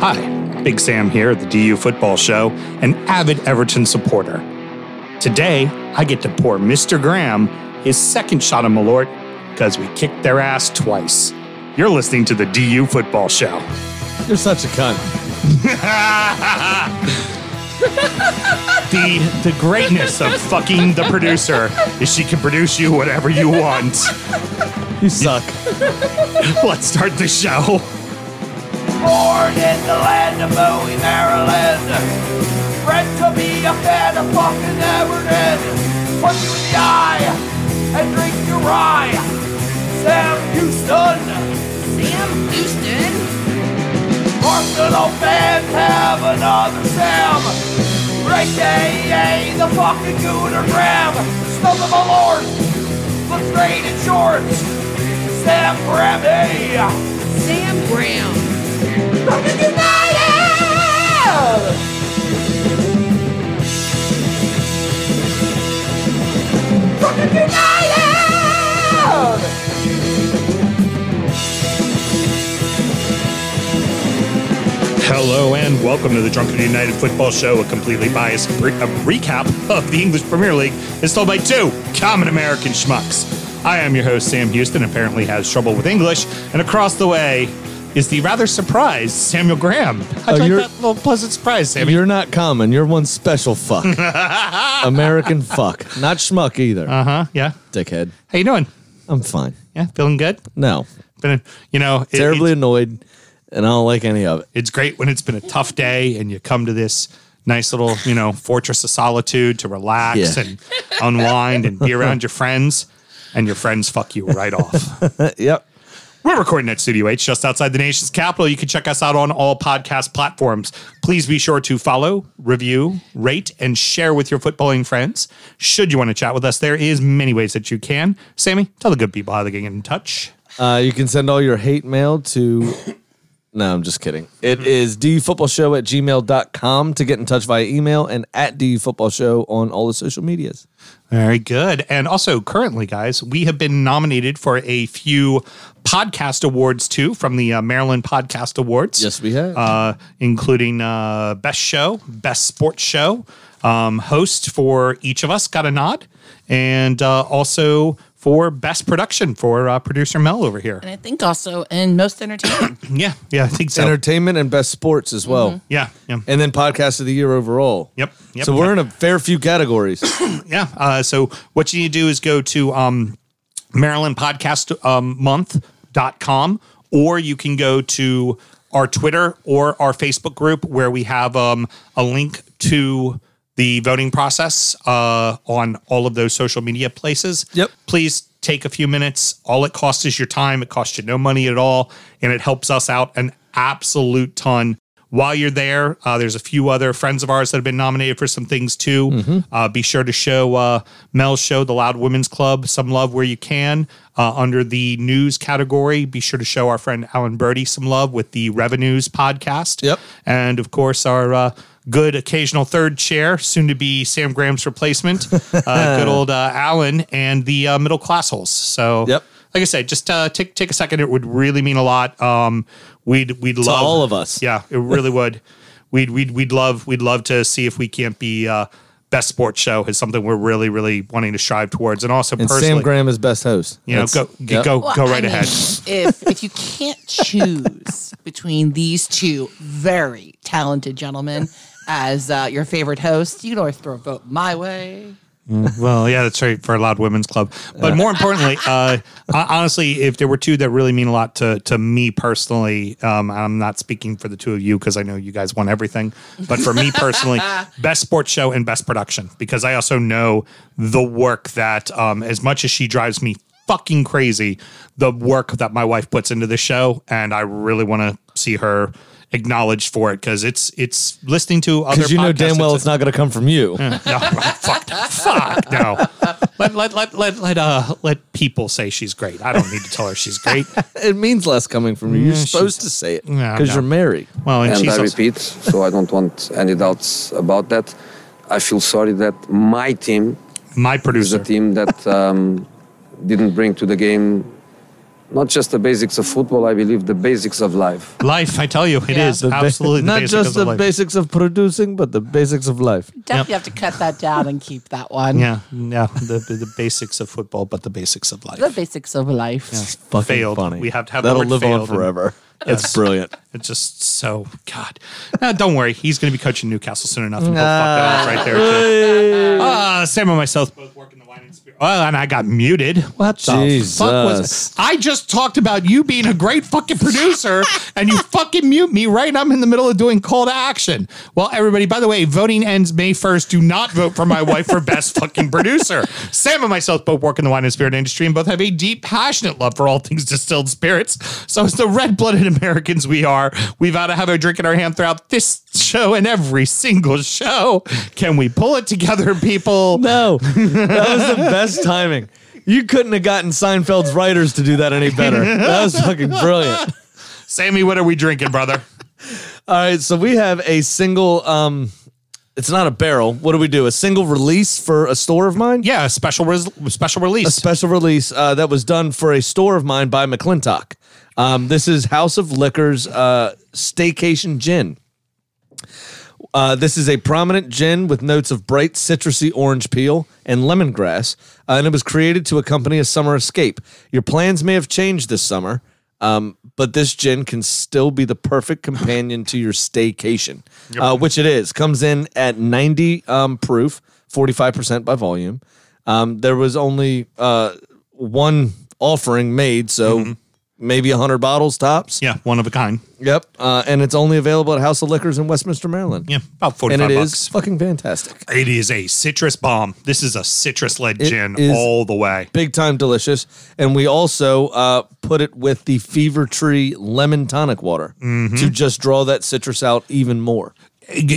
Hi, Big Sam here at the DU Football Show, an avid Everton supporter. Today, I get to pour Mr. Graham his second shot of Malort because we kicked their ass twice. You're listening to the DU Football Show. You're such a cunt. the the greatness of fucking the producer is she can produce you whatever you want. You suck. Let's start the show. Born in the land of Bowie, Maryland. Bred to be a fan of fucking Everton. Punch you in the eye and drink your rye. Sam Houston. Sam Houston. Arsenal fans have another Sam. Great day, the fucking Gooner Graham. Stump of a lord. Look straight in shorts. Sam Grammy. Sam Graham. Fucking United! Fucking United! Hello and welcome to the Drunken United Football Show, a completely biased re- a recap of the English Premier League is told by two common American schmucks. I am your host, Sam Houston, apparently has trouble with English, and across the way is the rather surprised Samuel Graham. I Oh, like you're- that little pleasant surprise, Sammy. You're not common. You're one special fuck. American fuck. Not schmuck either. Uh huh. Yeah. Dickhead. How you doing? I'm fine. Yeah, feeling good. No. Been, you know, it- Terribly it's- annoyed, and I don't like any of it. it's great when it's been a tough day and you come to this nice little, you know, fortress of solitude to relax Yeah. and unwind and be around your friends, and your friends fuck you right off. yep. We're recording at Studio H just outside the nation's capital. You can check us out on all podcast platforms. Please be sure to follow, review, rate, and share with your footballing friends. Should you want to chat with us, there is many ways that you can. Sammy, tell the good people how they can get in touch. Uh, you can send all your hate mail to. No, I'm just kidding. It is dufootballshow at gmail.com to get in touch via email and at dufootballshow on all the social medias. Very good. And also, currently, guys, we have been nominated for a few podcast awards too from the uh, Maryland Podcast Awards. Yes, we have. Uh, including uh, Best Show, Best Sports Show, um, host for each of us got a nod, and uh, also for Best Production for uh, producer Mel over here. And I think also in most entertaining. Yeah, yeah, I think so. Entertainment and best sports as well. yeah, yeah. And then podcast of the year overall. Yep, yep, so we're in a fair few categories. yeah. Uh, so what you need to do is go to um, Maryland Podcast um, Month.com, or you can go to our Twitter or our Facebook group where we have um, a link to the voting process uh, on all of those social media places. Yep. Please take a few minutes. All it costs is your time. It costs you no money at all, and it helps us out an absolute ton. While you're there, uh, there's a few other friends of ours that have been nominated for some things too. Uh, be sure to show uh, Mel's show, The Loud Women's Club, some love where you can. Uh, under the news category, be sure to show our friend Alan Birdie some love with the Revenues podcast. Yep. And of course, our uh, good occasional third chair, soon to be Sam Graham's replacement, uh, good old uh, Alan, and the uh, middle class holes. So, Yep. like I said, just uh, take take a second. It would really mean a lot. Um, we'd we'd love all of us. Yeah, it really would. We'd we'd we'd love we'd love to see if we can't be. Uh, Best sports show is something we're really, really wanting to strive towards, and also And personally, Sam Graham is best host. you know, That's- go yep. go Well, go I right mean, ahead. If if you can't choose between these two very talented gentlemen as uh, your favorite host, you can always throw a vote my way. Well, yeah, that's right for a loud women's club. But more importantly, uh, hon- honestly, if there were two that really mean a lot to to me personally, um, and I'm not speaking for the two of you because I know you guys want everything, but for me personally, best sports show and best production because I also know the work that um, as much as she drives me fucking crazy, the work that my wife puts into this show, and I really want to see her acknowledged for it because it's it's listening to other Because you know damn podcasts, well it's- it's not going to come from you. no, fuck, fuck no. Let let let let let uh let people say she's great. I don't need to tell her she's great. it means less coming from you. You're supposed to say it Yeah, because no. you're married. Well, and, and she's I also, repeat, so I don't want any doubts about that. I feel sorry that my team my is a producer. team that um, didn't bring to the game not just the basics of football, I believe the basics of life. Life, I tell you, it is Yeah. The ba- absolutely the not basic just of the life. basics of producing, but the basics of life. Definitely have to cut that down and keep that one. Yeah, yeah, the, the the basics of football, but the basics of life. The basics of life. Fucking Failed. funny. We have to have the that'll word live on failed and- forever. That's brilliant. It's just so God. Nah, don't worry, he's going to be coaching Newcastle soon enough. And he'll fuck that up right there. Too. Uh, Sam and myself both work in the wine and spirit. Oh, and I got muted. What Jesus. the fuck was? I just talked about you being a great fucking producer, and you fucking mute me right. I'm in the middle of doing call to action. Well, everybody, by the way, voting ends May first. Do not vote for my wife for best fucking producer. Sam and myself both work in the wine and spirit industry, and both have a deep, passionate love for all things distilled spirits. So, as the red-blooded Americans we are, we've got to have a drink in our hand throughout this show and every single show. Can we pull it together, people? No, that was the best timing. You couldn't have gotten Seinfeld's writers to do that any better. That was fucking brilliant. Sammy, what are we drinking, brother? All right, so we have a single. um It's not a barrel. What do we do? A single release for a store of mine. Yeah, a special res- special release. special release uh, that was done for a store of mine by McClintock. Um, this is House of Liquors uh, Staycation Gin. Uh, this is a prominent gin with notes of bright citrusy orange peel and lemongrass, uh, and it was created to accompany a summer escape. Your plans may have changed this summer, um, but this gin can still be the perfect companion to your staycation, uh, which it is. Comes in at 90 um, proof, 45% by volume. Um, there was only uh, one offering made, so maybe 100 bottles tops. yeah, one of a kind. Yep. Uh, and it's only available at House of Liquors in Westminster, Maryland. Yeah, about And forty-five it is bucks. fucking fantastic. It is a citrus bomb. This is a citrus led gin is- all the way. Big time delicious. And we also uh, put it with the Fever Tree lemon tonic water to just draw that citrus out even more.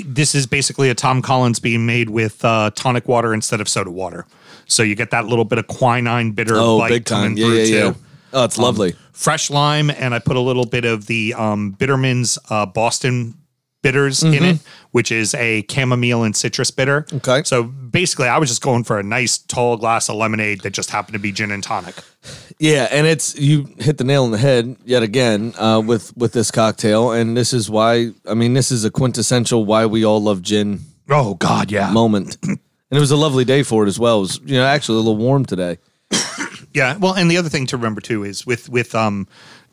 This is basically a Tom Collins being made with uh, tonic water instead of soda water. So you get that little bit of quinine bitter Oh, bite big coming time. Yeah, through yeah, too. yeah. Oh, it's lovely. Fresh lime, and I put a little bit of the um, Bitterman's uh, Boston bitters in it, which is a chamomile and citrus bitter. Mm-hmm. Okay. So basically, I was just going for a nice tall glass of lemonade that just happened to be gin and tonic. Yeah, and it's you hit the nail on the head yet again uh, with with this cocktail, and this is why I mean this is a quintessential why we all love gin Oh, God, yeah. moment. and it was a lovely day for it as well. It was you know actually a little warm today. Yeah. Well, and the other thing to remember too is with with um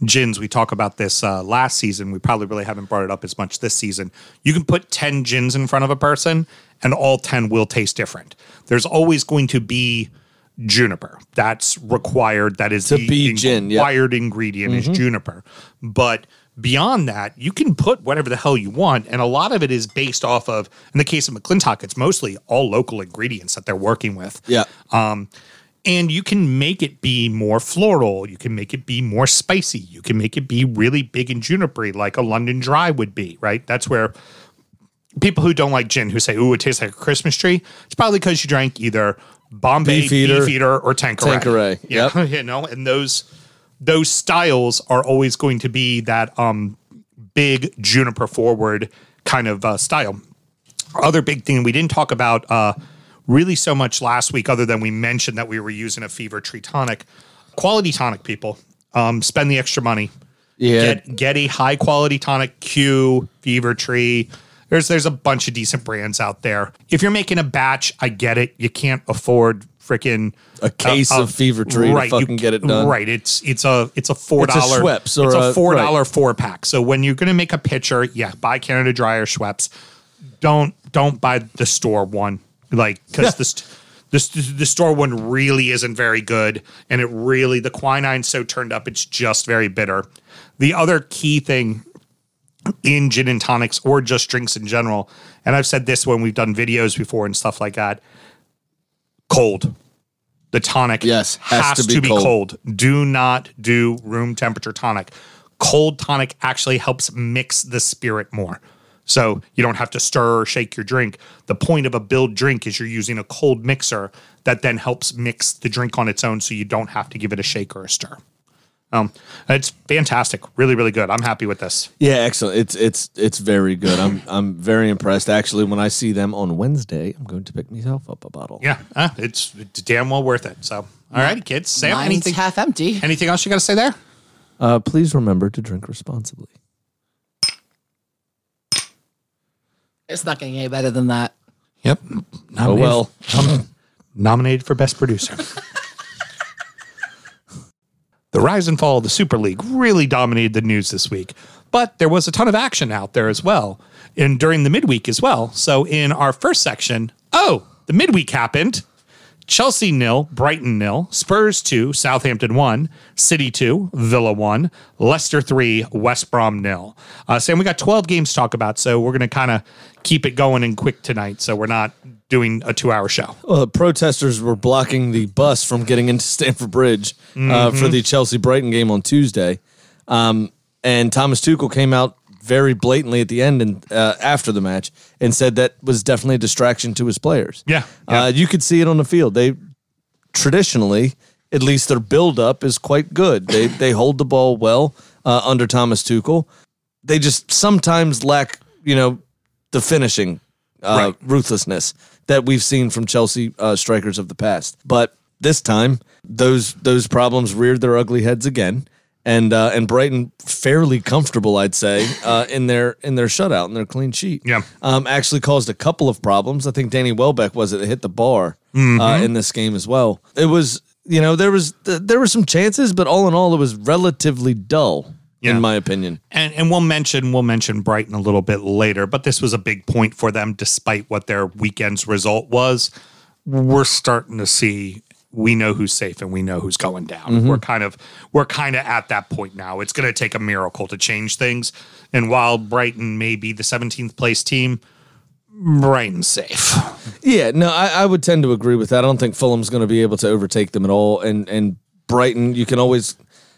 gins, we talk about this uh, last season. We probably really haven't brought it up as much this season. You can put ten gins in front of a person, and all ten will taste different. There's always going to be juniper that's required. That is to be gin, yeah. Mm-hmm. required ingredient is juniper, but beyond that, you can put whatever the hell you want, and a lot of it is based off of. In the case of McClintock, it's mostly all local ingredients that they're working with. Yeah. Um, and you can make it be more floral. You can make it be more spicy. You can make it be really big and junipery, like a London Dry would be, right? That's where people who don't like gin who say, "Ooh, it tastes like a Christmas tree," it's probably because you drank either Bombay Beefeater. Beefeater, or Tanqueray. Tanqueray, yeah, yep. you know, and those those styles are always going to be that um, big juniper forward kind of uh, style other big thing we didn't talk about uh, really so much last week, other than we mentioned that we were using a fever tree tonic. Quality tonic, people, um, spend the extra money. Yeah. get, get a high quality tonic. Q Fever Tree. There's there's a bunch of decent brands out there. If you're making a batch, I get it. You can't afford freaking A case of Fever Tree to fucking get it done. Uh, Right. It's it's a it's a four It's a dollar Schweppes or a- four dollar right. four pack. So when you're gonna make a pitcher, yeah, buy Canada Dry or Schweppes. Don't don't buy the store one, like because this. This, the store one really isn't very good, and it really the quinine's so turned up it's just very bitter. The other key thing in gin and tonics or just drinks in general, and I've said this when we've done videos before and stuff like that. Cold, the tonic Yes, has, to be, cold. Do not do room temperature tonic. Cold tonic actually helps mix the spirit more. So you don't have to stir or shake your drink. The point of a build drink is you're using a cold mixer that then helps mix the drink on its own so you don't have to give it a shake or a stir. Um, it's fantastic. Really, really good. I'm happy with this. Yeah, excellent. It's it's it's very good. I'm I'm very impressed. Actually, when I see them on Wednesday, I'm going to pick myself up a bottle. Yeah, uh, it's damn well worth it. So, all right, kids. Sam, Mine's anything, half empty. anything else you got to say there? Uh, please remember to drink responsibly. It's not going to get any better than that. Yep. Oh Nominated- well. nominated for Best Producer. the rise and fall of the Super League really dominated the news this week, but there was a ton of action out there as well, and during the midweek as well. So, in our first section, oh, the midweek happened. Chelsea nil, Brighton nil, Spurs two, Southampton one, City two, Villa one, Leicester three, West Brom nil. Uh, Sam, we got twelve games to talk about, so we're going to kind of keep it going and quick tonight, so we're not doing a two-hour show. Well, the uh, protesters were blocking the bus from getting into Stamford Bridge uh, Mm-hmm. for the Chelsea Brighton game on Tuesday, um, and Thomas Tuchel came out very blatantly at the end and uh, after the match and said that was definitely a distraction to his players. Yeah, yeah. Uh, you could see it on the field. They traditionally, at least their build up is quite good. They they hold the ball well uh, under Thomas Tuchel. They just sometimes lack, you know, the finishing uh, ruthlessness that we've seen from Chelsea uh, strikers of the past. But this time, those those problems reared their ugly heads again. And, uh, and Brighton fairly comfortable, I'd say, uh, in their in their shutout and their clean sheet. Yeah. um, actually caused a couple of problems. I think Danny Welbeck was it that hit the bar Mm-hmm. uh, in this game as well. It was you know there was th- there were some chances, but all in all, it was relatively dull Yeah. in my opinion. and and we'll mention we'll mention Brighton a little bit later, but this was a big point for them, despite what their weekend's result was. We're starting to see we know who's safe and we know who's going down. We're kind of we're kind of at that point now. It's going to take a miracle to change things. And while Brighton may be the 17th place team, Brighton's safe. Yeah, no, I, I would tend to agree with that. I don't think Fulham's going to be able to overtake them at all, and and Brighton, you can always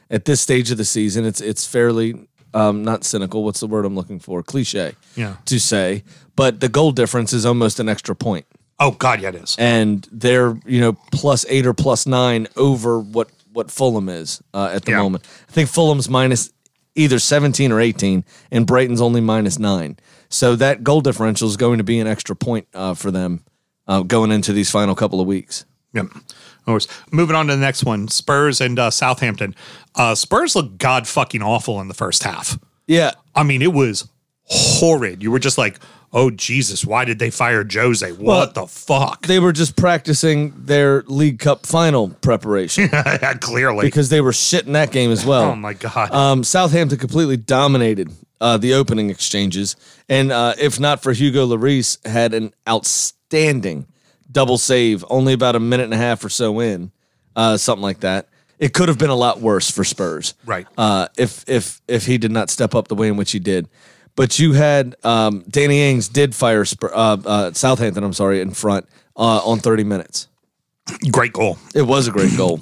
at this stage of the season, it's it's fairly um, not cynical. What's the word I'm looking for? Cliche. Yeah. To say, but the goal difference is almost an extra point, Oh God, yeah, it is. and they're you know plus eight or plus nine over what what Fulham is uh, at the Yeah. moment. I think Fulham's minus either 17 or 18, and Brighton's only minus nine. So that goal differential is going to be an extra point uh, for them uh, going into these final couple of weeks. Yep. Of course. Moving on to the next one, Spurs and uh, Southampton. Uh, Spurs looked god fucking awful in the first half. Yeah. I mean, it was horrid. You were just like, oh Jesus, why did they fire Jose? What the fuck? They were just practicing their League Cup final preparation Clearly. because they were shit in that game as well. oh my god. Um, Southampton completely dominated uh, the opening exchanges, and uh, if not for Hugo Lloris, had an outstanding double save, only about a minute and a half or so in, uh, something like that. It could have been a lot worse for Spurs, Right. Uh, if if if he did not step up the way in which he did, but you had um, Danny Ings did fire Spur, uh, uh, Southampton. I'm sorry, in front uh, on 30 minutes. Great goal. It was a great goal.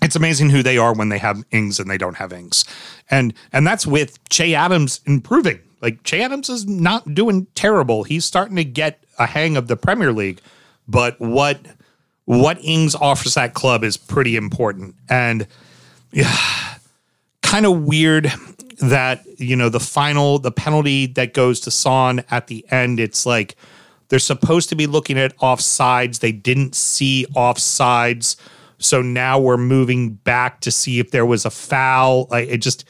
It's amazing who they are when they have Ings and they don't have Ings. And and that's with Che Adams improving. Like Che Adams is not doing terrible. He's starting to get a hang of the Premier League, but what what Ings offers that club is pretty important. And kind of weird that you know the final the penalty that goes to Son at the end it's like they're supposed to be looking at offsides they didn't see offsides so now we're moving back to see if there was a foul like it just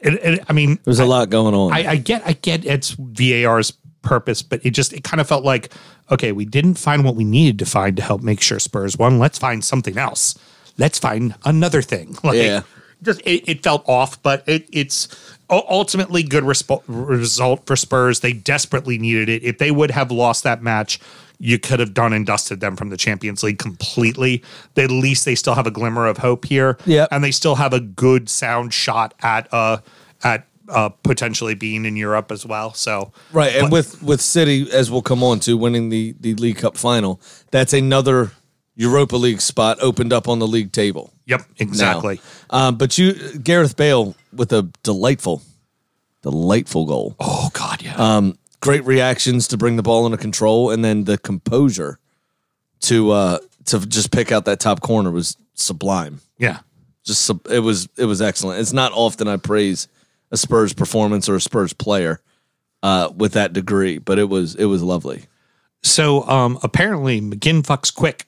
it, it, I mean There's a lot going on. I, I get I get it's VAR's purpose, but it just it kind of felt like okay, we didn't find what we needed to find to help make sure Spurs won. Let's find something else. Let's find another thing. Like, Yeah. Just it, it felt off, but it, it's u- ultimately good resp- result for Spurs. They desperately needed it. If they would have lost that match, you could have done and dusted them from the Champions League completely. At least they still have a glimmer of hope here Yep. and they still have a good sound shot at uh at uh potentially being in Europe as well. So Right, and with with City, as we'll come on to, winning the the League Cup final, that's another Europa League spot opened up on the league table. yep, now. exactly. Um, but you, Gareth Bale, with a delightful, delightful goal. Oh god, yeah. Um, Great reactions to bring the ball under control, and then the composure to uh to just pick out that top corner was sublime. yeah. Just sub- it was it was excellent. It's not often I praise a Spurs performance or a Spurs player uh, with that degree, but it was it was lovely. So um apparently McGinn fucks quick.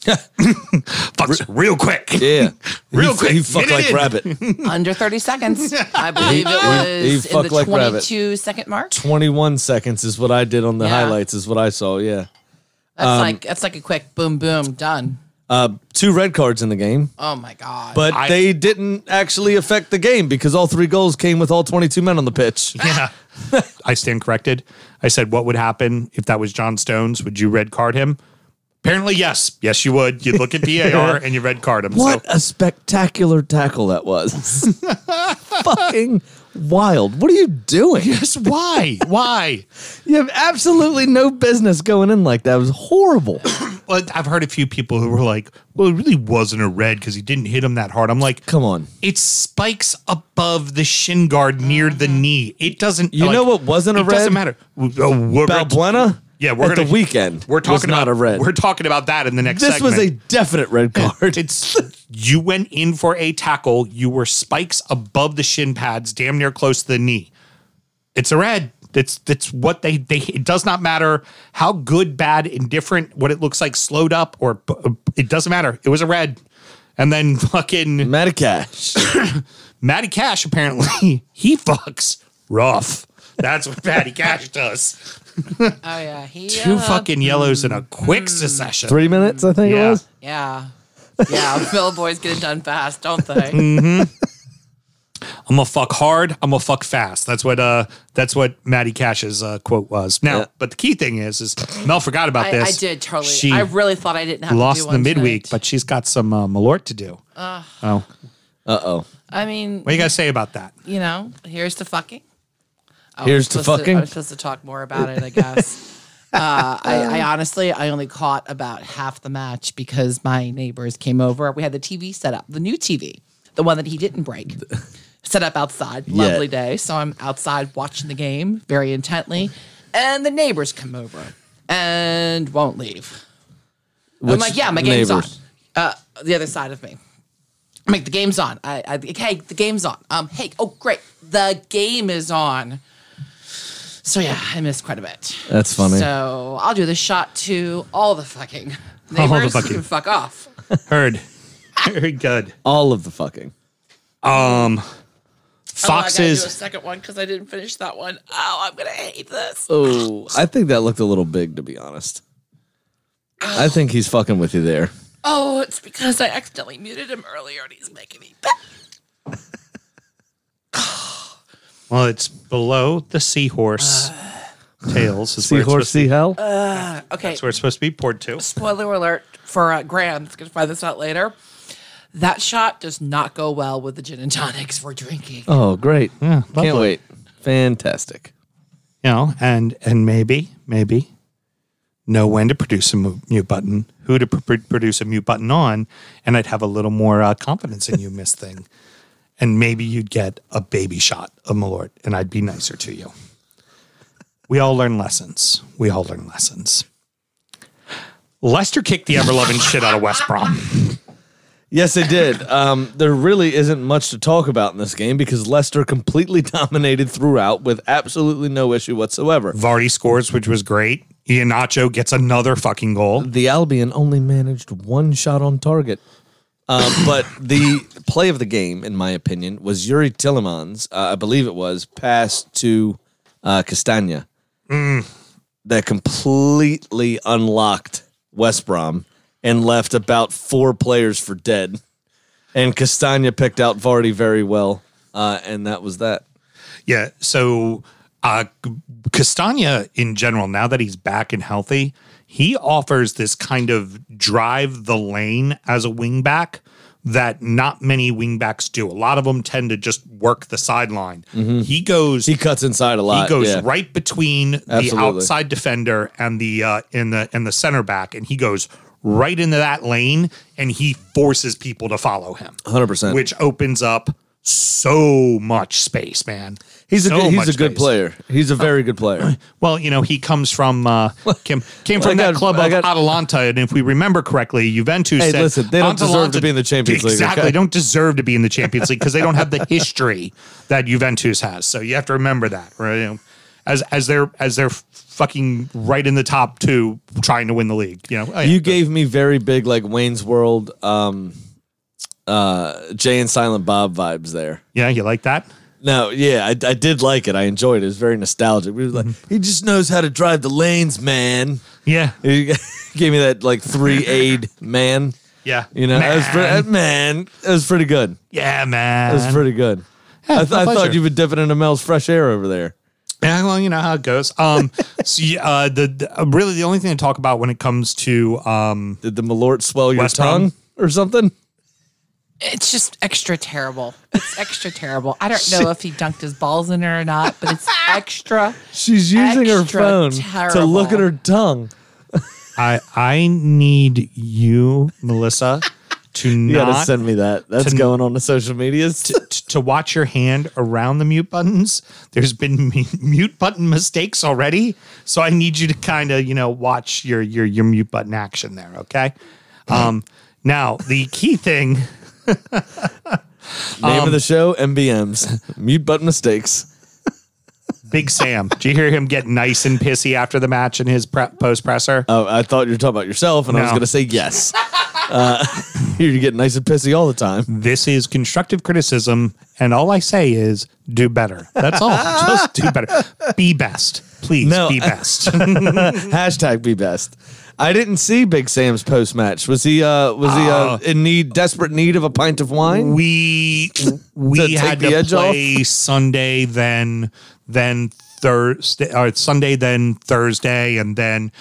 Fucks real quick. Yeah. Real he, quick, He fucked get it like in. rabbit. Hmm. Under 30 seconds. I believe it he was in fucked the like rabbit. 22 second mark. 21 seconds is what I did on the Yeah. highlights, is what I saw. Yeah. That's um, like that's like a quick boom boom done. Uh, two red cards in the game, Oh my god. but I- they didn't actually affect the game because all three goals came with all 22 men on the pitch. Yeah. I stand corrected. I said, what would happen if that was John Stones? Would you red card him? Apparently, yes. Yes, you would. You'd look at VAR and you red card him. What So a spectacular tackle that was. Fucking wild. What are you doing? just why? Why? You have absolutely no business going in like that. It was horrible. Well, I've heard a few people who were like, well, it really wasn't a red because he didn't hit him that hard. I'm like, Come on. It spikes above the shin guard near the knee. It doesn't. Mm-hmm. You know what wasn't a it Doesn't red? matter. W- uh, we're- Balbuena? Yeah, we're at gonna, the weekend. We're was talking about not a red. We're talking about that in the next. this was a segment. definite red card. It's you went in for a tackle. You were spikes above the shin pads, damn near close to the knee. It's a red. That's that's what they they. It does not matter how good, bad, indifferent, what it looks like, slowed up or uh, it doesn't matter. It was a red. And then fucking Metacash. Matty Cash apparently he fucks rough. That's what Matty Cash does. oh yeah, he Two uh, fucking yellows in a quick succession. Three minutes, I think it Yeah. was. Yeah. Yeah, Phil boys get it done fast, don't Mm, they? I'm gonna fuck hard. I'm gonna fuck fast. That's what uh that's what Matty Cash's uh, quote was. Now, Yeah. but the key thing is is Mel forgot about I, this. I did, Charlie. She I really thought I didn't have to lost do in the one midweek, tonight. but she's got some uh, malort to do. oh, Uh oh. I mean, what you gotta say about that? you know, here's to fucking. I was Here's to supposed fucking. I was supposed to talk more about it, I guess. uh, I, I honestly, I only caught about half the match because my neighbors came over. We had the TV set up, the new TV, the one that he didn't break, set up outside. Lovely day. So I'm outside watching the game very intently, and the neighbors come over and won't leave. I'm Which like, yeah, my game's neighbors? on. Uh, the other side of me. I'm like, the game's on. I, I, hey, the game's on. Um, hey, oh great, the game is on. So yeah, I missed quite a bit. That's funny. So I'll do the shot to all the fucking neighbors. fucking- You can fuck off. Heard, very good. Um, All of the fucking. Oh, I gotta do a Foxes. second one because I didn't finish that one. Oh, I'm gonna hate this. Oh, I think that looked a little big, to be honest. I think he's fucking with you there. Oh, it's because I accidentally muted him earlier and he's making me. Back. Well, it's below the seahorse tails. Is where it's Seahorse, supposed to be. sea hell. Uh, Okay, That's where it's supposed to be poured to. spoiler alert for uh, Graham's gonna find this out later. That shot does not go well with the gin and tonics we're drinking. oh, great. Can't lovely. wait. Fantastic. you know, and and maybe maybe know when to produce a mu- mute button, who to pr- pr- produce a mute button on, and I'd have a little more uh, confidence in you, Miss Thing, and maybe you'd get a baby shot of Malort, and I'd be nicer to you. We all learn lessons. We all learn lessons. Lester kicked the ever loving shit out of West Brom. Yes, they did. Um, there really isn't much to talk about in this game because Leicester completely dominated throughout with absolutely no issue whatsoever. Vardy scores, which was great. Ianacho gets another fucking goal. The Albion only managed one shot on target. Um, but the play of the game, in my opinion, was Yuri Tillemans, uh, I believe it was, pass to uh, Castagna Mm. that completely unlocked West Brom and left about four players for dead. And Castagna picked out Vardy very well. Uh, and that was that. Yeah. So uh, Castagna, in general, now that he's back and healthy, he offers this kind of drive the lane as a wingback that not many wingbacks do. A lot of them tend to just work the sideline. He goes. He cuts inside a lot. He goes yeah. right between the Absolutely. outside defender and the uh, in the and the center back, and he goes right into that lane, and he forces people to follow him, 100%. which opens up so much space, man. He's a, So good- he's much a good space. player. He's a very good player. Well, you know, he comes from uh, came, came I from that got- club I of got- Atalanta, and if we remember correctly, Juventus. Hey, said, listen, they don't deserve to be in the Champions League, Exactly, okay? don't deserve to be in the Champions League because they don't have the history that Juventus has. So you have to remember that, right? You know, as as they're as they're fucking right in the top two trying to win the league. You know, Oh, yeah, You but- gave me very big like Wayne's World, um, uh, Jay and Silent Bob vibes there. yeah, you like that? No, yeah, I, I did like it. I enjoyed it. It was very nostalgic. We were like, Mm-hmm. he just knows how to drive the lanes, man. Yeah, He gave me that like three aid man. yeah, You know, That, was pre- Man. that- man, that was pretty good. yeah, That was man. pretty good. I, th- my I thought pleasure. you were dipping into Mel's fresh air over there. Yeah, well, you know how it goes. Um, so you- uh, the, the- uh, really the only thing to talk about when it comes to um, Did the Malort swell your West Brom? tongue or something? It's just extra terrible. It's extra terrible. I don't know if he dunked his balls in her or not, but it's extra. She's using her Extra phone to look at terrible. her tongue. I I need you, Melissa, to You gotta not send me that. That's to- going on the social medias. t- to watch your hand around the mute buttons. There's been mu- mute button mistakes already, so I need you to kind of you know watch your your your mute button action there. Okay. Um, now the key thing. Name of the show: MBMs. Mute button mistakes. Big Sam. Do you hear him get nice and pissy after the match in his pre- post presser? Oh, I thought you were talking about yourself, and I was No. gonna say yes. Uh, you're getting nice and pissy all the time. this is constructive criticism, and all I say is do better. That's all. Just do better. Be best. Please No, uh, be I- best. Hashtag be best. I didn't see Big Sam's post match. Was he? Uh, was he uh, in need, desperate need of a pint of wine? Oh. we we take had the to edge off? play Sunday, then then Thursday, or Sunday, then Thursday, and then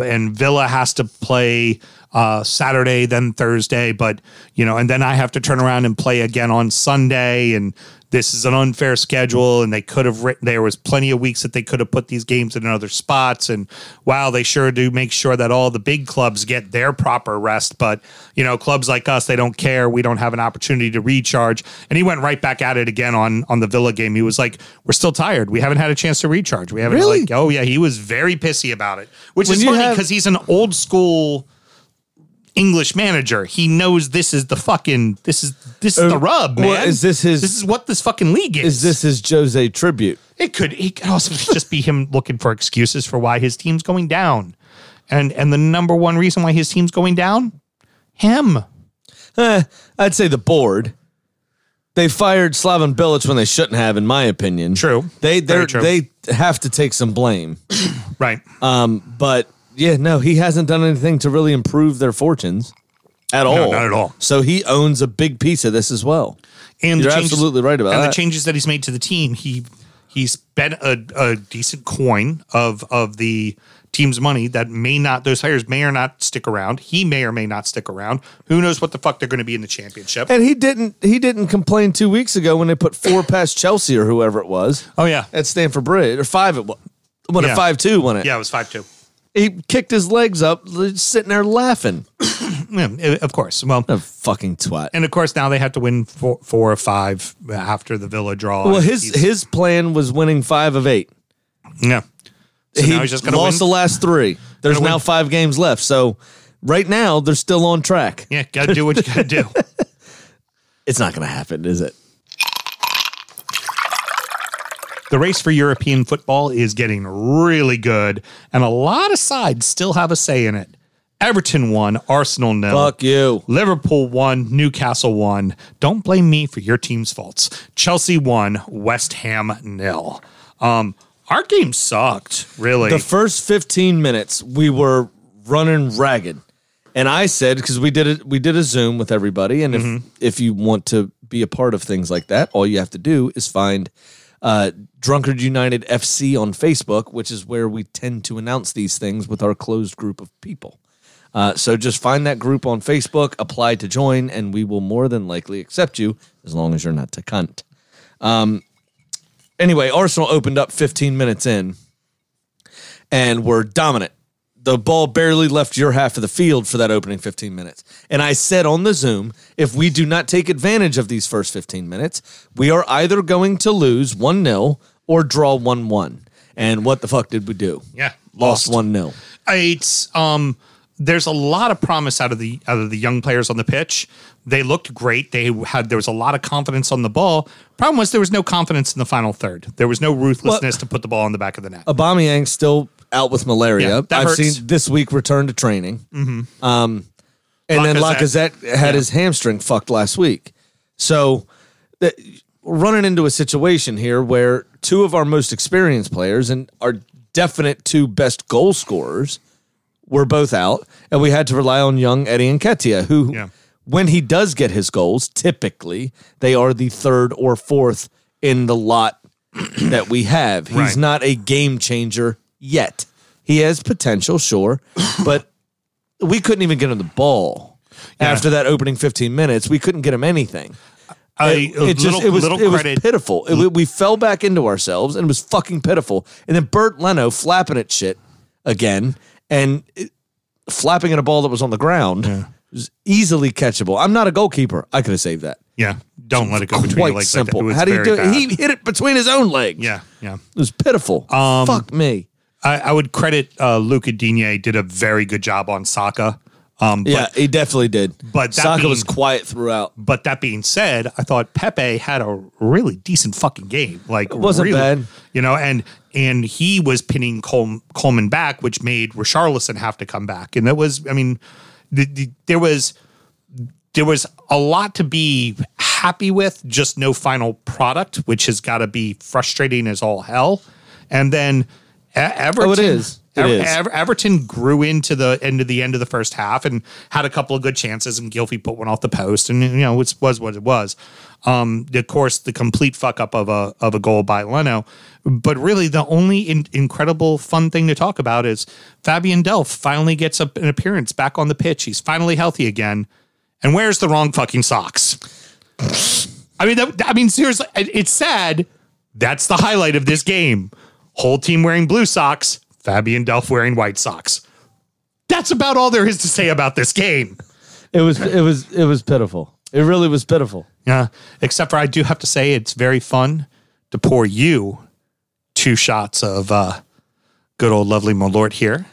and Villa has to play uh, Saturday, then Thursday. But you know, and then I have to turn around and play again on Sunday, and this is an unfair schedule. And they could have written there was plenty of weeks that they could have put these games in other spots. And wow, they sure do make sure that all the big clubs get their proper rest. But you know, clubs like us, they don't care. We don't have an opportunity to recharge. And he went right back at it again on on the Villa game. He was like, "We're still tired. We haven't had a chance to recharge. We haven't Really? like." Oh yeah, he was very pissy about it, which When is you funny have- because he's an old school. English manager, he knows this is the fucking this is this is Uh, the rub, well, man. is this his- This is what this fucking league is. Is this his Jose tribute? It could. It could also just be him looking for excuses for why his team's going down, and and the number one reason why his team's going down, him. Eh, I'd say the board. They fired Slaven Bilic when they shouldn't have, in my opinion. True. They they Very true. they have to take some blame. Right. Um, but yeah, no, he hasn't done anything to really improve their fortunes at all. not at all. So he owns a big piece of this as well. and You're the changes, absolutely right about and that. the changes that he's made to the team. He he spent a, a decent coin of of the team's money that may not those hires may or not stick around. He may or may not stick around. Who knows what the fuck they're going to be in the championship? And he didn't he didn't complain two weeks ago when they put four past Chelsea or whoever it was oh yeah, at Stanford Bridge or five it was. When Yeah. a five two won it, yeah. It was five two. he kicked his legs up, just sitting there laughing. Yeah, of course. Well, A fucking twat. and of course now they have to win four, four or five after the Villa draw. well, And his he's- his plan was winning five of eight. yeah. So he now he's just going to win. lost the last three. There's Gonna now win. five games left. So right now they're still on track. yeah, got to do what you got to do. It's not going to happen, is it? The race for European football is getting really good, and a lot of sides still have a say in it. Everton won, Arsenal nil. Fuck you. Liverpool won, Newcastle won. Don't blame me for your team's faults. Chelsea won, West Ham nil. Um, our game sucked, really. The first 15 minutes we were running ragged. And I said because we did it we did a Zoom with everybody and if if you want to be a part of things like that, all you have to do is find uh, Drunkard United FC on Facebook, which is where we tend to announce these things with our closed group of people. Uh, so just find that group on Facebook, apply to join, and we will more than likely accept you as long as you're not a cunt. Um, anyway, Arsenal opened up 15 minutes in and were dominant. The ball barely left your half of the field for that opening 15 minutes. And I said on the Zoom, if we do not take advantage of these first 15 minutes, we are either going to lose 1 0 or draw 1 1. And what the fuck did we do? Yeah, Lost lost. 1 0. it's um there's a lot of promise out of the out of the young players on the pitch They looked great. They had there was a lot of confidence on the ball. Problem was there was no confidence in the final third. There was no ruthlessness to put the ball in the back of the net. uh, Aubameyang's still out with malaria. Yeah, that I've hurts. Mm-hmm. seen this week return to training. Um, and Lacazette. then Lacazette had his hamstring fucked last week. So that, running into a situation here where two of our most experienced players and our definite two best goal scorers were both out, and we had to rely on young Eddie and Ketia, who, Yeah. when he does get his goals, typically they are the third or fourth in the lot that we have. He's Right. not a game changer yet. He has potential, sure, but we couldn't even get him the ball after that opening 15 minutes. We couldn't get him anything. I- It, little, it just it was little it was credit. pitiful. It, we fell back into ourselves and it was fucking pitiful. And then Bert Leno flapping at shit again and it, flapping at a ball that was on the ground was easily catchable. I'm not a goalkeeper. I could have saved that. yeah, don't let it go between your Quite legs. simple. Like that. It was How do very you do it? bad. He hit it between his own legs. yeah, yeah. It was pitiful. Fuck me. I, I would credit uh, Luca Digne did a very good job on Saka. Um, but, yeah, he definitely did. but that Saka being- was quiet throughout. but that being said, I thought Pepe had a really decent fucking game. Like it wasn't really, bad. you know. And and he was pinning Col- Coleman back, which made Richarlison have to come back. And that was, I mean, the, the, there was there was a lot to be happy with, just no final product, which has got to be frustrating as all hell. And then E- Everton, is. Oh, It Ever- is. Ever- Everton grew into the end of the end of the first half and had a couple of good chances, and Gilfy put one off the post, and you know it was what it was. Um, of course, the complete fuck up of a of a goal by Leno, but really the only in, incredible fun thing to talk about is Fabian Delph finally gets a, an appearance back on the pitch. He's finally healthy again, and where's the wrong fucking socks? I mean, that, I mean, seriously, it- it's sad. That's the highlight of this game. Whole team wearing blue socks. Fabian Delph wearing white socks. That's about all there is to say about this game. It was it was it was pitiful. It really was pitiful. Yeah, except for I do have to say it's very fun to pour you two shots of uh, good old lovely Malort here.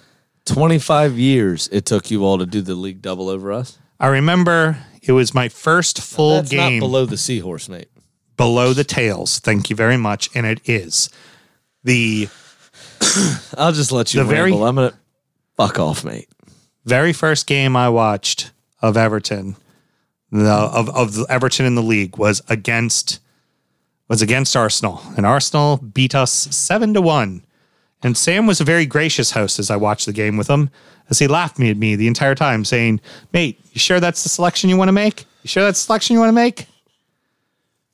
25 years it took you all to do the league double over us. I remember it was my first full That's game not below the seahorse, Nate. below the tails. Thank you very much, and it is the I'll just let you The very- ramble. I'm gonna fuck off, mate. very first game I watched of Everton, the, of of the Everton in the league was against was against Arsenal, and Arsenal beat us seven to one. And Sam was a very gracious host as I watched the game with him, as he laughed me at me the entire time, saying, "Mate, you sure that's the selection you want to make? You sure that's the selection you want to make?"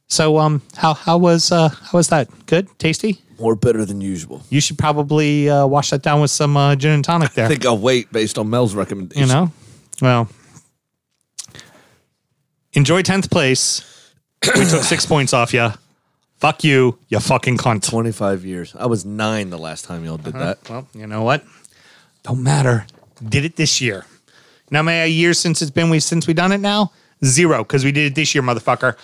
So, um, how how was uh, how was that? Good, tasty. More better than usual. You should probably uh, wash that down with some uh, gin and tonic there I think I'll wait based on Mel's you recommendation. know well enjoy 10th place we took six points off you fuck you you fucking cunt 25 years. I was nine the last time y'all did that. well you know what don't matter did it this year now may a year since it's been we since we done it now zero because we did it this year motherfucker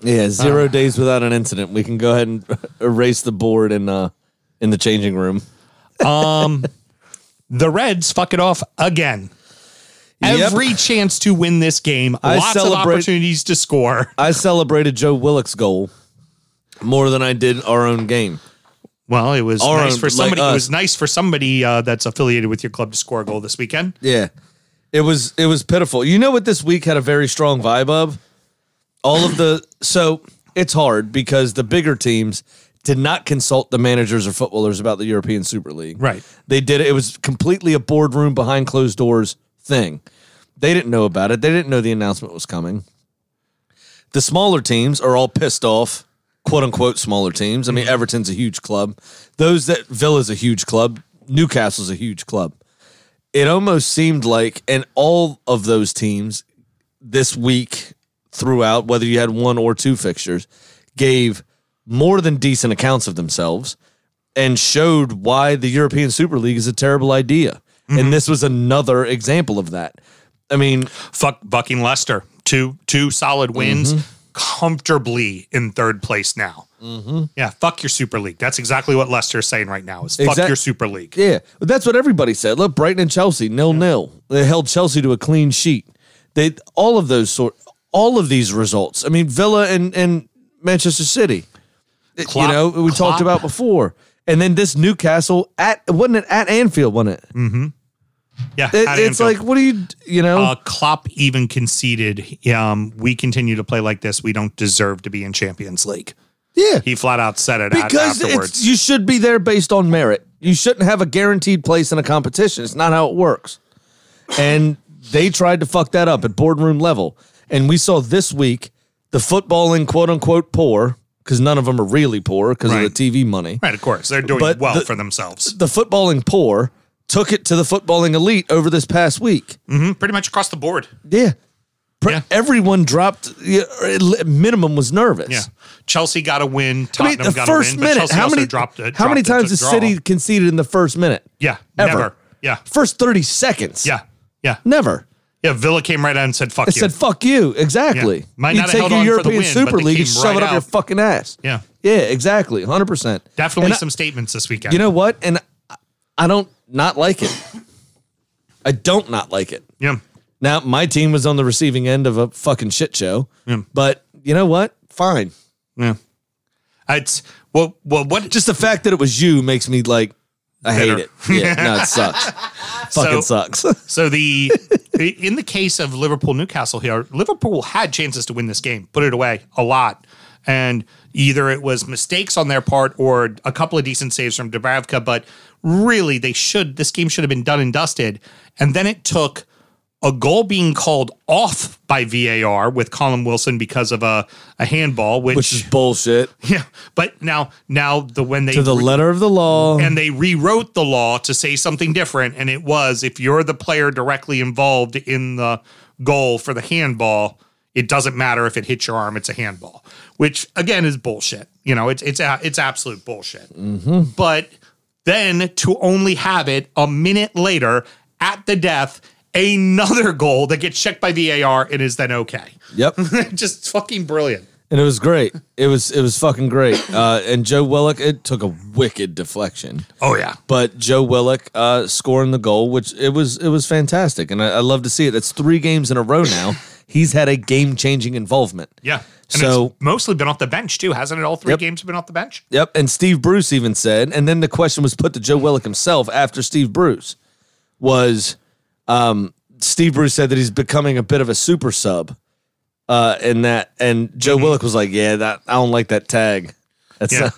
Yeah, zero days without an incident. We can go ahead and erase the board in uh in the changing room. the reds fuck it off again Yep. every chance to win this game I lots celebrate- of opportunities to score I celebrated Joe Willock's goal more than I did our own game. Well, it was Or, nice um, for like somebody. us. it was nice for somebody uh, that's affiliated with your club to score a goal this weekend. Yeah. It was it was pitiful. You know what this week had a very strong vibe of? All of the so it's hard because the bigger teams did not consult the managers or footballers about the European Super League. Right. They did it. It was completely a boardroom behind closed doors thing. They didn't know about it. They didn't know the announcement was coming. The smaller teams are all pissed off, quote unquote smaller teams. I mean, Everton's a huge club. Those that Villa's a huge club. Newcastle's a huge club it almost seemed like, and all of those teams this week throughout, whether you had one or two fixtures, gave more than decent accounts of themselves and showed why the European Super League is a terrible idea. And this was another example of that. I mean, Fuck fucking Leicester. Two two solid wins, Mm-hmm. comfortably in third place now. Mm-hmm. Yeah, fuck your Super League. That's exactly what Leicester is saying right now. Is fuck Exact- your Super League. Yeah, but that's what everybody said. Look, Brighton and Chelsea, nil nil. They held Chelsea to a clean sheet. They all of those sort all of these results. I mean, Villa and and Manchester City. Klopp- you know, we Klopp. talked about before. And then this Newcastle at wasn't it at Anfield, wasn't it? Yeah, Mm, It- at it's Anfield. like what do you you know? uh, Klopp even conceded, um, "We continue to play like this. We don't deserve to be in Champions League." yeah. He flat out said it at- because afterwards. it's, you should be there based on merit. You shouldn't have a guaranteed place in a competition. It's not how it works. And they tried to fuck that up at boardroom level. And we saw this week the footballing quote unquote poor because none of them are really poor because Right. of the TV money. right, of course, they're doing But well the- for themselves. The footballing poor took it to the footballing elite over this past week. Hmm, Pretty much across the board. Yeah. Pr- Yeah. Everyone dropped, yeah, or at le- minimum was nervous. Yeah, Chelsea got a win. I mean, Tottenham the got first a win. but minute, Chelsea how also many, dropped it? how many dropped it times to draw. has City conceded in the first minute? Yeah, Ever. never. Yeah, First 30 seconds. yeah, yeah, Never. yeah. Villa came right out and said, "Fuck They you." said, fuck you. Exactly. Yeah. Might you not have take held your on for the European win, but Super they League came and shove it right up your out. fucking ass. Yeah. Yeah, exactly. 100%. Definitely And I- some statements this weekend. you know what? And I- I don't not like it. I don't not like it. yeah, Now, my team was on the receiving end of a fucking shit show. Yeah. But you know what? Fine. yeah. It's well, well, what Just the fact that it was you makes me like, I hate Bitter. it. Yeah, no, it sucks. Fucking sucks. So the in the case of Liverpool Newcastle here, Liverpool had chances to win this game, put it away a lot, and either it was mistakes on their part or a couple of decent saves from Dubravka, but really they should this game should have been done and dusted, and then it took a goal being called off by VAR with Colin Wilson because of a, a handball, which, Which is bullshit. yeah, but now now the when they To the letter of the law. and they rewrote the law to say something different and it was if you're the player directly involved in the goal for the handball it doesn't matter if it hits your arm it's a handball which again is bullshit you know it's it's a- it's absolute bullshit but then to only have it a minute later at the death another goal that gets checked by VAR and is then okay Yep. just fucking brilliant and it was great. It was it was fucking great. Uh, and Joe Willock, it took a wicked deflection, oh yeah but Joe Willock uh, scoring the goal, which it was it was fantastic, and I, I love to see it. That's three games in a row now. He's had a game changing involvement. yeah and So- it's mostly been off the bench too hasn't it all three Yep. games have been off the bench Yep. And Steve Bruce even said, and then the question was put to Joe Willock himself after Steve Bruce was um, Steve Bruce said that he's becoming a bit of a super sub. Uh, and that and Joe Willock was like, Yeah, that I don't like that tag. That's Mm-hmm. Yeah. not-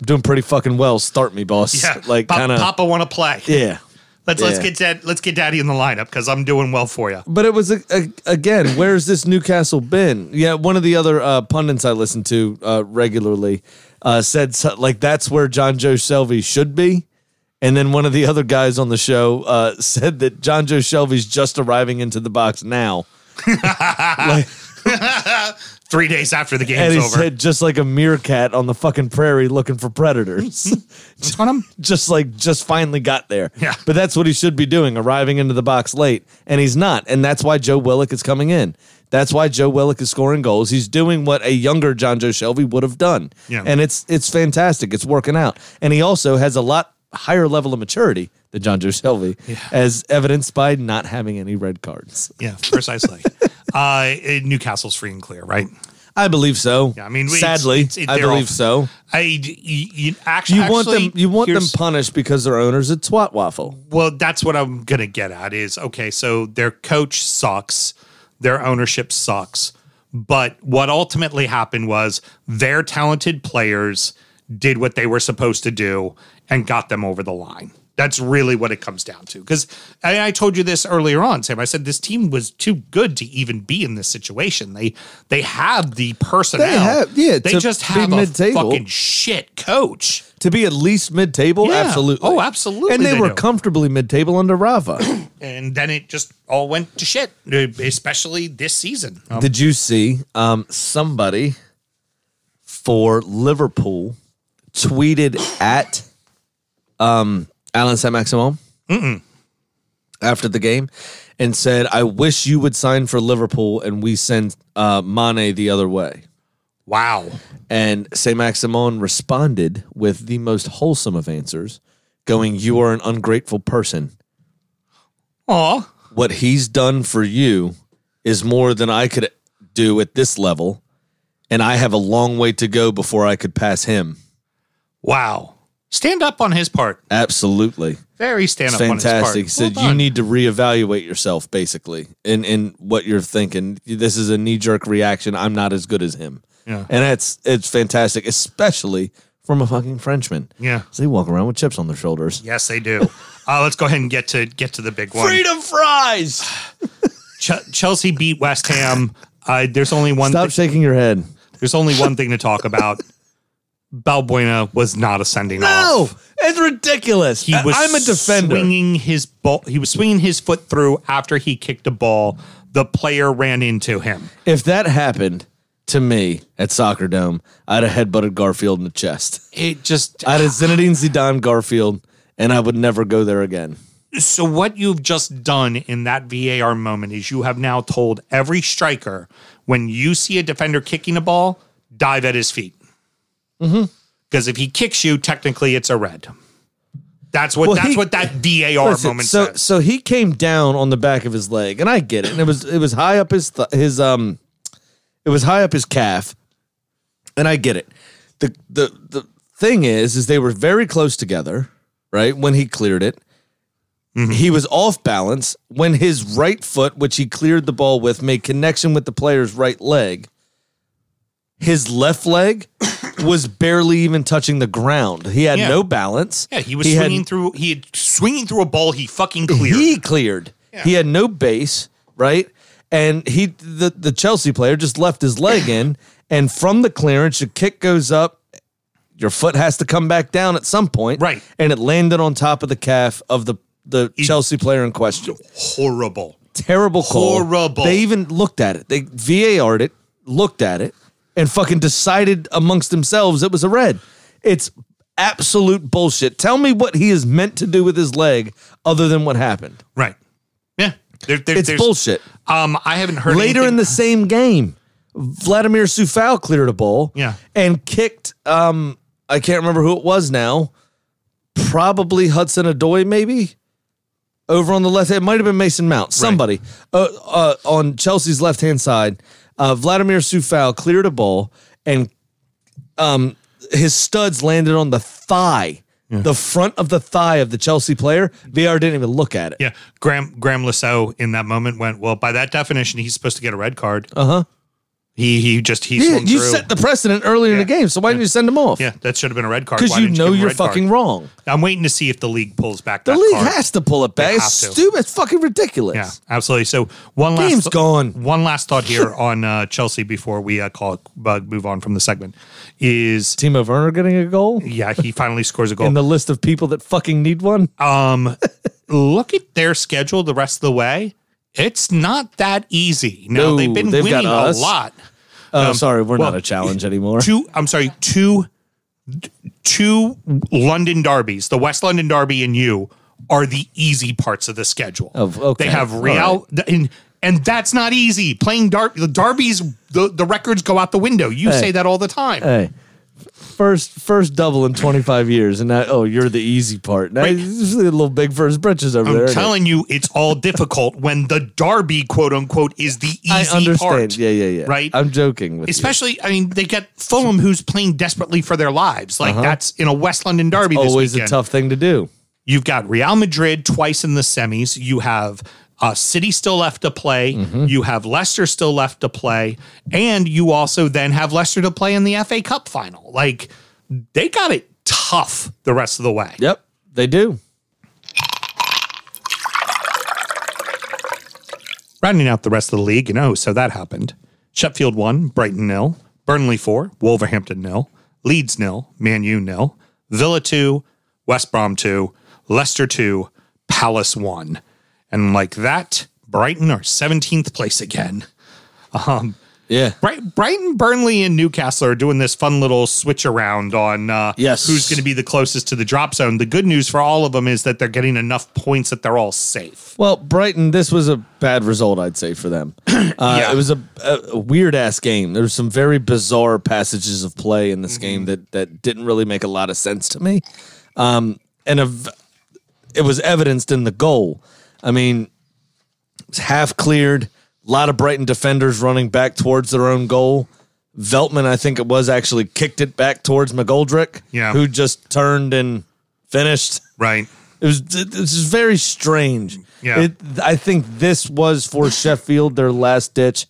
I'm doing pretty fucking well. Start me, boss. Yeah, like Pop- kind of Papa want to play. Yeah. Let's let's yeah. get dad, let's get Daddy in the lineup because I'm doing well for you. But it was a, a, again, where's this Newcastle been? Yeah, one of the other uh, pundits I listen to uh, regularly uh, said so, like that's where John Joe Shelby should be. And then one of the other guys on the show uh, said that John Joe Shelby's just arriving into the box now. Like, Three days after the and game's he over, said just like a meerkat on the fucking prairie looking for predators. What's on him? just like just finally got there. Yeah. But that's what he should be doing, arriving into the box late. And he's not. And that's why Joe Willock is coming in. That's why Joe Willock is scoring goals. He's doing what a younger John Joe Shelby would have done. Yeah. And it's it's fantastic. It's working out. And he also has a lot higher level of maturity than John Joe Shelby, as evidenced by not having any red cards. Yeah, precisely. uh, Newcastle's free and clear, right? I believe so. Yeah, I mean, it's- sadly, it's- it- I they're believe all- so. I you, you actually You want them you want them here's- punished because their owner's a twat waffle. well, that's what I'm gonna get at is okay. So their coach sucks, their ownership sucks, but what ultimately happened was their talented players did what they were supposed to do and got them over the line. That's really what it comes down to. Because I told you this earlier on, Sam. I said this team was too good to even be in this situation. They they have the personnel. have- yeah, They to just be have a mid-table. fucking shit coach. to be at least mid table, Yeah. absolutely. Oh, absolutely And they, they were do. comfortably mid table under Rafa. and then it just all went to shit, uh, especially this season. Um, Did you see um, somebody for Liverpool tweeted at um, Alan Saint Maximum after the game and said, "I wish you would sign for Liverpool and we send uh, Mane the other way." wow. And Saint Maximon responded with the most wholesome of answers, going, "You are an ungrateful person." Aw. what he's done for you is more than I could do at this level, and I have a long way to go before I could pass him. Wow. Stand up on his part. Absolutely. Very stand up on his part. Fantastic. He said Well you done. need to reevaluate yourself basically in in what you're thinking. This is a knee jerk reaction. I'm not as good as him. Yeah. And that's it's fantastic, especially from a fucking Frenchman. Yeah. So they walk around with chips on their shoulders. Yes, they do. Uh, let's go ahead and get to get to the big one. Freedom fries. Ch- Chelsea beat West Ham. Uh, there's only one. Stop thi- shaking your head. there's only one thing to talk about. Balbuena was not ascending. No, off. it's ridiculous. he was. I'm a defender. Swinging his ball. He was swinging his foot through after he kicked a ball. The player ran into him. If that happened to me at Soccer Dome, I'd have headbutted Garfield in the chest. It just. I'd have Zinedine Zidane Garfield, and I would never go there again. so what you've just done in that VAR moment is you have now told every striker when you see a defender kicking a ball, dive at his feet. Mm-hmm. Because if he kicks you, technically it's a red. That's what Well, that's he- what that VAR Listen, moment so says. so he came down on the back of his leg, and I get it. And it was it was high up his th- his um, it was high up his calf, and I get it. the the The thing is, is they were very close together, right? When he cleared it, Mm-hmm. he was off balance when his right foot, which he cleared the ball with, made connection with the player's right leg. His left leg was barely even touching the ground. He had Yeah. no balance. Yeah, he was had- swinging through. He had swinging through a ball. He fucking cleared. he cleared. He had no base, right? And he the, the Chelsea player just left his leg in, and from the clearance, your kick goes up. Your foot has to come back down at some point, Right. And it landed on top of the calf of the the Chelsea player in question. Horrible. Terrible call. Horrible. They even looked at it. They VAR'd it, looked at it, and fucking decided amongst themselves it was a red. It's absolute bullshit. Tell me what he is meant to do with his leg other than what happened. Right. Yeah. There, there- It's there's- bullshit. Um, I haven't heard Later in anything- the same game, Vladimir Sufal cleared a ball Yeah. and kicked um I can't remember who it was now. Probably Hudson Adoy maybe. Over on the left, it might have been Mason Mount. Somebody uh, uh, on Chelsea's left-hand side, uh, Vladimir Sufal cleared a ball, and um, his studs landed on the thigh, the front of the thigh of the Chelsea player. VR didn't even look at it. Yeah, Graham Graham Lasso in that moment went well. By that definition, he's supposed to get a red card. Uh huh. He he just he Yeah, swung you through. set the precedent earlier in the game, so why didn't you send him off? yeah, that should have been a red card. because Why you didn't know give him a you're red card? fucking wrong. I'm waiting to see if the league pulls back. The that league card. has to pull it back. They It's have to. stupid. It's fucking ridiculous. Yeah, absolutely. So one last Game's gone. One last thought here on uh, Chelsea before we uh, call it, uh, move on from the segment is Timo Werner getting a goal yeah he finally scores a goal. in the list of people that fucking need one. um, look at their schedule the rest of the way. It's not that easy. Now No, they've been they've got winning a us. lot. Oh, sorry, we're um, well, not a challenge anymore. two I'm sorry, two two London derbies, the West London Derby and you are the easy parts of the schedule. Of- okay, They have all Real and and that's not easy. Playing dar- the derbies, the, the records go out the window. You say that all the time. hey, first first double in 25 years, and now oh, you're the easy part. Now Right. this is a little big first britches over I'm there. ain't it? telling you, it's all difficult when the derby, quote unquote, is the easy I understand. part. Yeah, yeah, yeah. Right? I'm joking. With you. Especially, I mean, they got Fulham, who's playing desperately for their lives. Like that's in a West London derby. this Uh-huh. always a weekend. tough thing to do. You've got Real Madrid twice in the semis. You have uh, City still left to play. You have Leicester still left to play. And you also then have Leicester to play in the FA Cup final. Like they got it tough the rest of the way. Yep, they do. Rounding out the rest of the league, you know, so that happened. Sheffield won, Brighton nil, Burnley four, Wolverhampton nil, Leeds nil, Man U nil, Villa two, West Brom two, Leicester two, Palace one, and like that, Brighton are seventeenth place again. Yeah. Bright, Brighton, Burnley, and Newcastle are doing this fun little switch around on uh, Yes. who's going to be the closest to the drop zone. The good news for all of them is that they're getting enough points that they're all safe. Well, Brighton, this was a bad result, I'd say, for them. Uh, Yeah. It was a, a weird ass game. There were some very bizarre passages of play in Mm-hmm. this game that that didn't really make a lot of sense to me, um, and a v it was evidenced in the goal. I mean, it was half cleared. A lot of Brighton defenders running back towards their own goal. Veltman, I think it was, actually kicked it back towards McGoldrick, Yeah. who just turned and finished. Right. It was this is very strange. Yeah. It, I think this was for Sheffield their last ditch.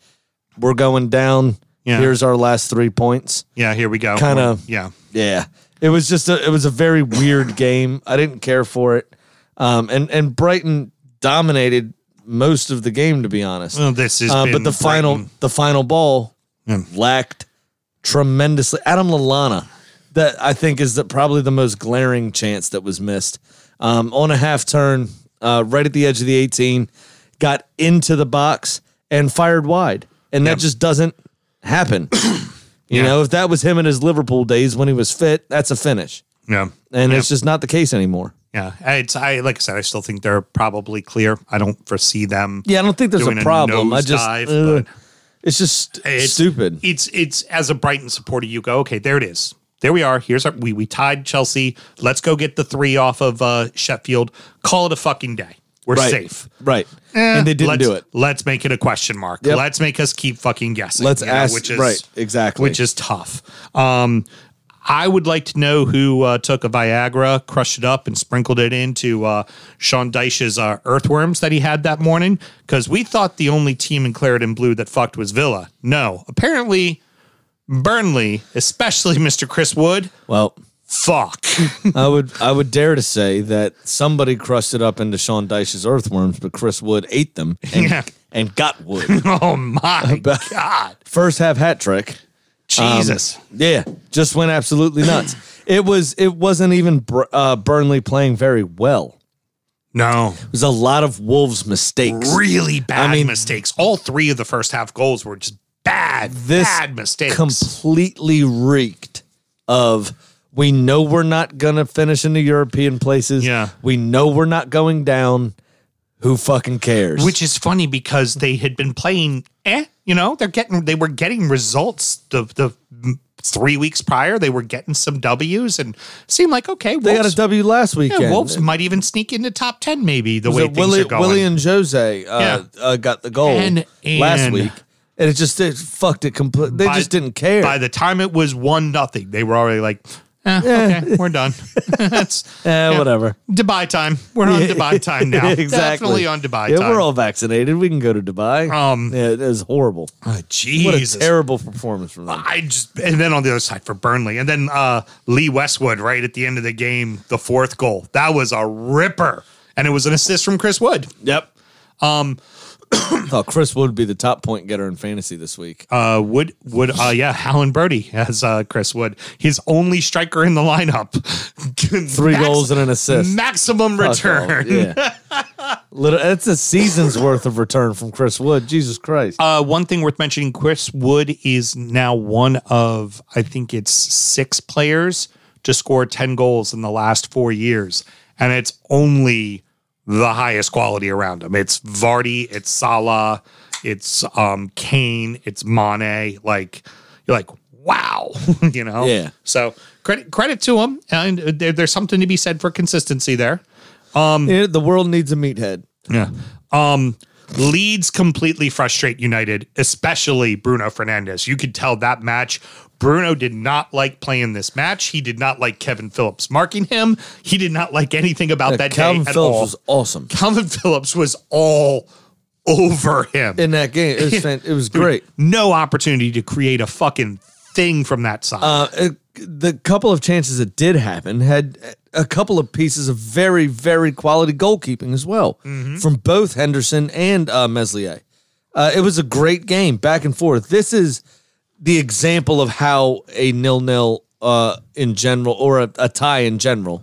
We're going down. Yeah. Here's our last three points. Yeah. Here we go. Kinda- Yeah. Yeah. It was just a it was a very weird game. I didn't care for it. Um and and Brighton dominated most of the game to be honest. Well, this is. Uh, but the final the final ball lacked tremendously. Adam Lalana, that I think is the, probably the most glaring chance that was missed um, on a half turn, uh, right at the edge of the 18, got into the box and fired wide, and that just doesn't happen. you Yeah. know, if that was him in his Liverpool days when he was fit, that's a finish, Yeah. and it's just not the case anymore. Yeah. It's. I like I said. I still think they're probably clear. I don't foresee them. Yeah, I don't think there's Doing a a problem. I just nosedive, ugh. it's just It's stupid. It's it's as a Brighton supporter, you go, okay, there it is. There we are. Here's our we we tied Chelsea. Let's go get the three off of uh, Sheffield. Call it a fucking day. We're right. safe. Right. Eh, and they didn't let's- do it. Let's make it a question mark. Yep. Let's make us keep fucking guessing. Let's you know, ask. right. Exactly. Which is tough. Um, I would like to know who uh, took a Viagra, crushed it up, and sprinkled it into uh, Sean Dyche's uh, earthworms that he had that morning. Because we thought the only team in Claret and Blue that fucked was Villa. No, apparently Burnley, especially Mr. Chris Wood, well, fuck. I would I would dare to say that somebody crushed it up into Sean Dyche's earthworms, but Chris Wood ate them and, Yeah. and got Wood. oh my God. First half hat trick. Um, Jesus. Yeah, just went absolutely nuts. it was it wasn't even Br- uh, Burnley playing very well. no. It was a lot of Wolves mistakes. Really bad I mean- mistakes. All three of the first half goals were just bad, this bad mistakes. completely reeked of we know we're not gonna finish in the European places. Yeah. We know we're not going down. Who fucking cares? which is funny because they had been playing eh you know they're getting they were getting results the the m- three weeks prior they were getting some w's and seemed like okay they got wolves, a W last yeah, weekend. wolves might even sneak into top 10 maybe the Was way it things Willie, are going Willie and Jose uh, Yeah. uh, got the goal And- last and- week, and it just it fucked it complete. They By- just didn't care. by the time it was one nothing they were already like eh, okay we're done that's Eh, whatever. dubai time we're on dubai time now exactly. definitely on dubai Yeah, time we're all vaccinated. We can go to Dubai. Um, yeah, it was horrible. What Ah, jesus a terrible performance from them. I just and then on the other side for Burnley, and then uh, Lee Westwood right at the end of the game, the fourth goal. That was a ripper, and it was an assist from Chris Wood. Yep. Um, thought Chris Wood would be the top point getter in fantasy this week. Uh, Wood Wood, uh, yeah, Alan Brody as uh, Chris Wood, his only striker in the lineup. Three goals and an assist. maximum Fuck off. return. Yeah. Little, that's a season's worth of return from Chris Wood. Jesus Christ. Uh, one thing worth mentioning: Chris Wood is now one of I think it's six players to score ten goals in the last four years, and it's only the highest quality around him. It's Vardy, it's Salah, it's um, Kane, it's Mane. Like you're like, wow, you know. Yeah. So credit credit to him, and there, there's something to be said for consistency there. Um, Yeah, the world needs a meathead. Yeah. Um, Leeds completely frustrate United, especially Bruno Fernandez. You could tell that match. Bruno did not like playing this match. He did not like Kevin Phillips marking him. He did not like anything about that Calvin day at Phillips all. was awesome Calvin Phillips was all over him. in that game. It was, fan- it was great. No opportunity to create a fucking thing from that side. Uh, it- the couple of chances that did happen had a couple of pieces of very, very quality goalkeeping as well Mm-hmm. from both Henderson and uh, Meslier. Uh, it was a great game, back and forth. This is the example of how a nil-nil uh, in general or a, a tie in general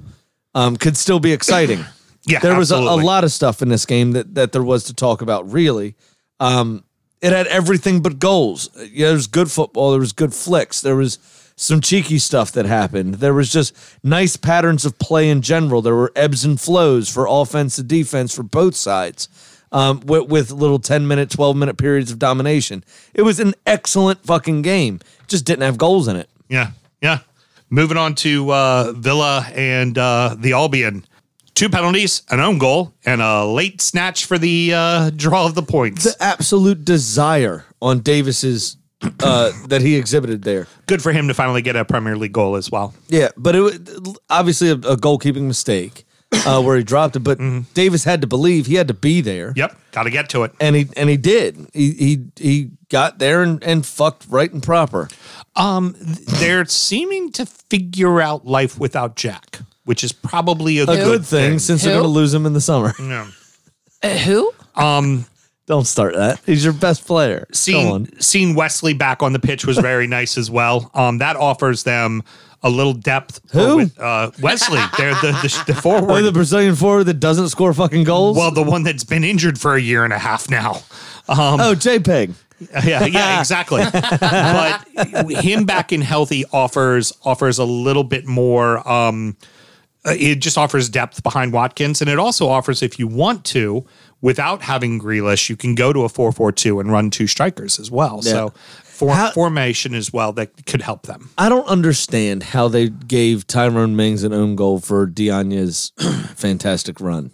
um, could still be exciting. Yeah, there was a, a absolutely. lot of stuff in this game that that there was to talk about. Really, um, it had everything but goals. Yeah, there was good football. There was good flicks. There was some cheeky stuff that happened. There was just nice patterns of play in general. There were ebbs and flows for offense and defense for both sides. Um, with, with little 10 minute, 12 minute periods of domination. It was an excellent fucking game. Just didn't have goals in it. Yeah, yeah. Moving on to uh, Villa and uh, the Albion. two penalties, an own goal, and a late snatch for the uh, draw of the points. The absolute desire on Davis's uh, that he exhibited there. Good for him to finally get a Premier League goal as well. Yeah, but it was obviously a, a goalkeeping mistake uh, where he dropped it. But Davis had to believe he had to be there. Mm-hmm. Yep, got to get to it. and he and he did. He he he got there and, and fucked right and proper. Um, they're seeming to figure out life without Jack, which is probably a, A good thing since they're Who? going to lose him in the summer. Yeah. Uh, who? Um, Don't start that. He's your best player. Go on. seeing seeing Wesley back on the pitch was very nice as well. Um, that offers them a little depth. Who? With, uh, Wesley? They're the the, the Or the forward. Brazilian forward that doesn't score fucking goals. Well, the one that's been injured for a year and a half now. um, oh, JPEG. yeah, yeah, exactly. but him back in healthy offers offers a little bit more. Um, uh, it just offers depth behind Watkins, and it also offers if you want to. Without having Grealish, you can go to a four-four-two and run two strikers as well. So, for, How- formation as well that could help them. I don't understand how they gave Tyrone Mings an own goal for Diana's fantastic run.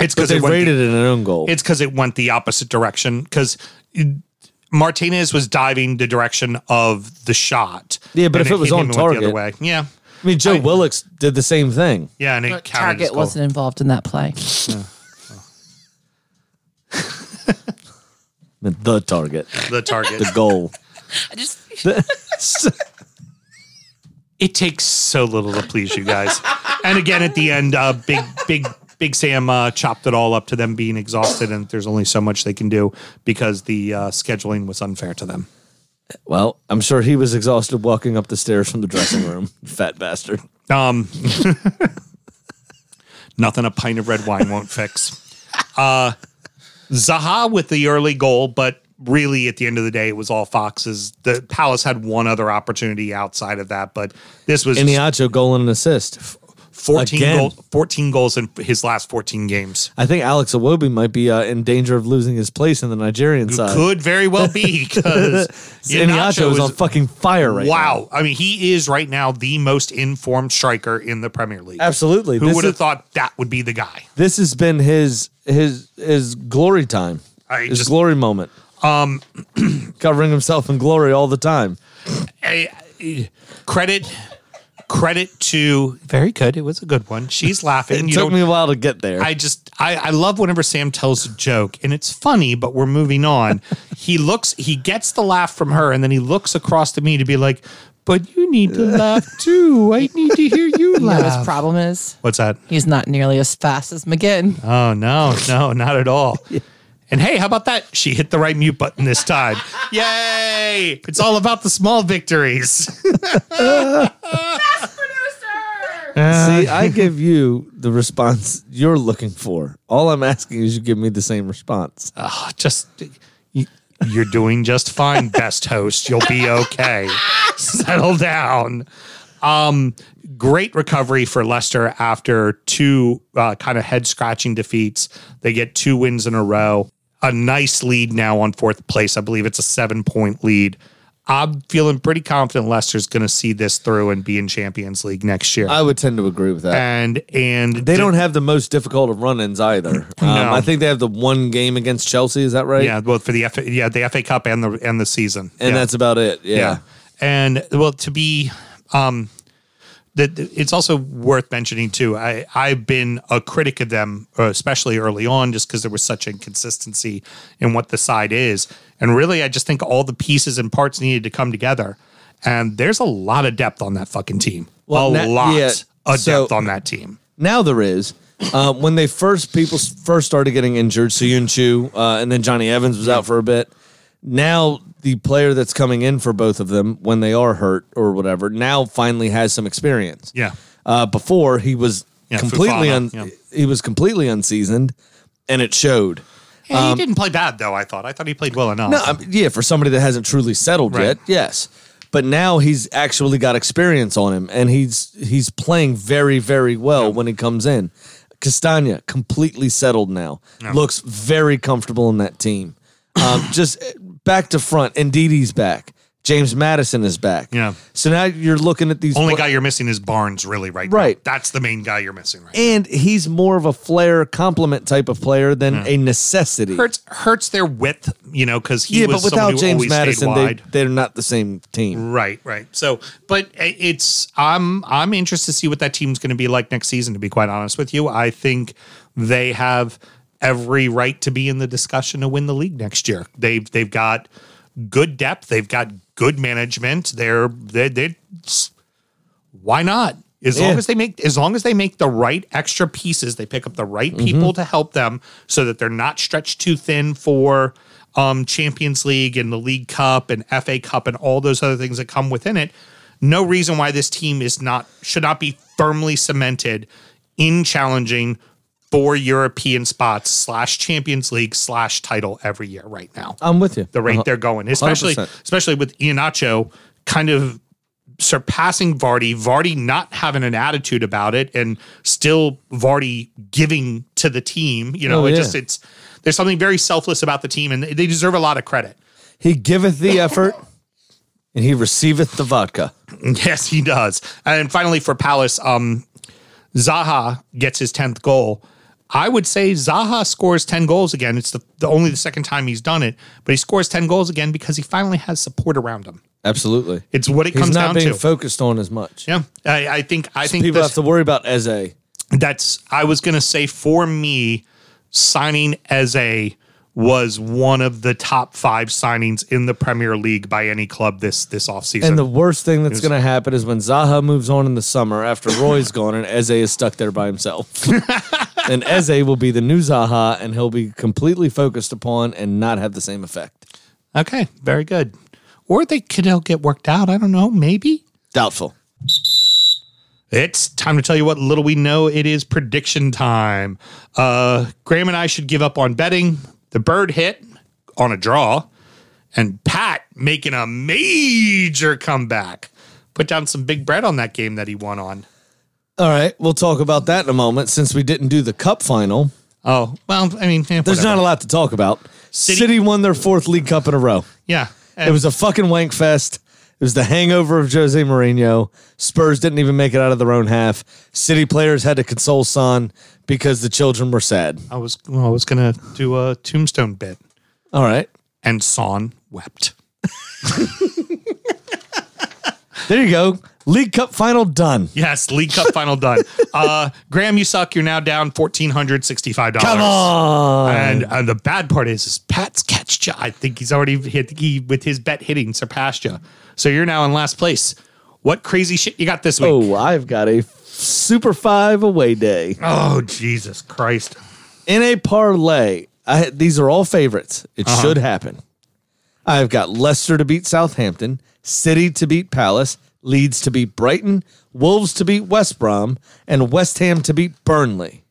It's But because they it went. rated it an own goal. it's because it went the opposite direction. Because Martinez was diving the direction of the shot. Yeah, but and if it was hit on him and went the other way, target- yeah, I mean, Joe Willicks did the same thing. yeah, and it But counted. as Target goal. wasn't involved in that play. I mean, the target, the target. the goal. I just it takes so little to please you guys. and again, at the end, uh, big, big, big Sam uh, chopped it all up to them being exhausted, and there's only so much they can do because the uh, scheduling was unfair to them. Well, I'm sure he was exhausted walking up the stairs from the dressing room. Fat bastard. Um, nothing a pint of red wine won't fix. Uh, Zaha with the early goal, but really at the end of the day, it was all Foxes. The Palace had one other opportunity outside of that, but this was Iniacho goal and an assist. 14, again. goal, 14 goals in his last 14 games. I think Alex Awobi might be uh, in danger of losing his place in the Nigerian side. Could very well be because Uh, Iniacho Iheanacho is on fucking fire right now. wow. I mean, he is right now the most informed striker in the Premier League. Absolutely. Who This would have is- thought that would be the guy? This has been his his his glory time. I his just- glory moment. Um, covering himself in glory all the time. I- I- credit, credit to very good. It was a good one. She's laughing. It You took don't- me a while to get there. I just I, I love whenever Sam tells a joke and it's funny, but we're moving on. he looks he gets the laugh from her and then he looks across to me to be like, But you need to laugh too. I need to hear you know what his laugh. problem is What's that? he's not nearly as fast as McGinn. Uh. Oh no, no, not at all. And hey, how about that? She hit the right mute button this time. Yay! It's all about the small victories. See, I give you the response you're looking for. All I'm asking is you give me the same response. Oh, just you- you're doing just fine, best host. You'll be okay. Settle down. Um, great recovery for Leicester after two uh, kind of head scratching defeats. They get two wins in a row. A nice lead now on fourth place. I believe it's a seven point lead. I'm feeling pretty confident Leicester's going to see this through and be in Champions League next year. I would tend to agree with that. and and Uh, They don't have the most difficult of run-ins either. Um, No. I think they have the one game against Chelsea. Is that right? yeah both for the F, yeah the FA Cup and the and the season and Yeah. that's about it. Yeah. yeah. And well, to be, um, that it's also worth mentioning too. I I've been a critic of them, uh, especially early on, just because there was such inconsistency in what the side is, and really, I just think all the pieces and parts needed to come together. And there's a lot of depth on that fucking team. Well, a na- lot yeah, of so- depth on that team. Now there is. Uh, when they first people s- first started getting injured, Soyun Chu uh, and then Johnny Evans was out for a bit. Now the player that's coming in for both of them when they are hurt or whatever now finally has some experience. Yeah. Uh, before he was Yeah, completely Fofana, yeah. un- he was completely unseasoned, and it showed. Yeah, he didn't play bad though. I thought. I thought he played well enough. No, I mean, yeah, for somebody that hasn't truly settled Right. yet, yes. But now he's actually got experience on him, and he's he's playing very very well when he comes in. Castagna completely settled now, looks eh, very comfortable in that team. Um, just back to front, Ndidi's back. James Madison is back. Yeah. So now you're looking at these Only guy you're missing is Barnes, really, right? now. Right. That's the main guy you're missing, right? and he's more of a flair compliment type of player than a necessity. hurts hurts their width, you know, because he yeah, was but without someone who James always Madison, stayed they, wide. they're not the same team. Right, right. So, but i- it's I'm I'm interested to see what that team's going to be like next season. To be quite honest with you, I think they have every right to be in the discussion to win the league next year. They've they've got good depth. They've got good management. They're they they why not? As Yeah. long as they make as long as they make the right extra pieces, they pick up the right people to help them so that they're not stretched too thin for um Champions League and the League Cup and FA Cup and all those other things that come within it. No reason why this team is not should not be firmly cemented in challenging for European spots slash Champions League slash title every year right now I'm with you. the rate they're going, especially 100%. especially with Ianacho kind of surpassing Vardy, Vardy not having an attitude about it, and still Vardy giving to the team. You know, Oh, it yeah. just it's there's something very selfless about the team, and they deserve a lot of credit. He giveth the effort and he receiveth the vodka. Yes, he does. And finally, for Palace, um, Zaha gets his tenth goal. I would say Zaha scores ten goals again. It's the, the only the second time he's done it, but he scores ten goals again because he finally has support around him. Absolutely. It's what it He's comes not down being to. focused on as much. Yeah, I, I think I think People this- have to worry about Eze. that's I was gonna say for me, signing Eze was one of the top five signings in the Premier League by any club this this offseason. And the worst thing that's going to happen is when Zaha moves on in the summer after Roy's gone and Eze is stuck there by himself. and Eze will be the new Zaha and he'll be completely focused upon and not have the same effect. okay, very good. Or they could all get worked out. I don't know, maybe. Doubtful. It's time to tell you what little we know. It is prediction time. Uh, Graham and I should give up on betting. The bird hit on a draw, and Pat making a major comeback. Put down some big bread on that game that he won on. All right. We'll talk about that in a moment since we didn't do the cup final. Oh well, I mean, eh, There's whatever. not a lot to talk about. City, City- won their fourth league cup in a row. Yeah, It was a fucking wank fest. It was the hangover of Jose Mourinho. Spurs didn't even make it out of their own half. City players had to console Son because the children were sad. I was well, I was gonna do a tombstone bit, All right. and Son wept. There you go. League Cup final done. Yes, League Cup final done. Uh, Graham, you suck. You're now down fourteen hundred sixty-five dollars. Come on. And uh, the bad part is, is Pat's catched you. I think he's already hit he with his bet hitting surpassed you. So you're now in last place. What crazy shit you got this week? Oh, I've got a super five away day. Oh, Jesus Christ! in a parlay, I, these are all favorites. It should happen. I've got Leicester to beat Southampton, City to beat Palace, Leeds to beat Brighton, Wolves to beat West Brom, and West Ham to beat Burnley.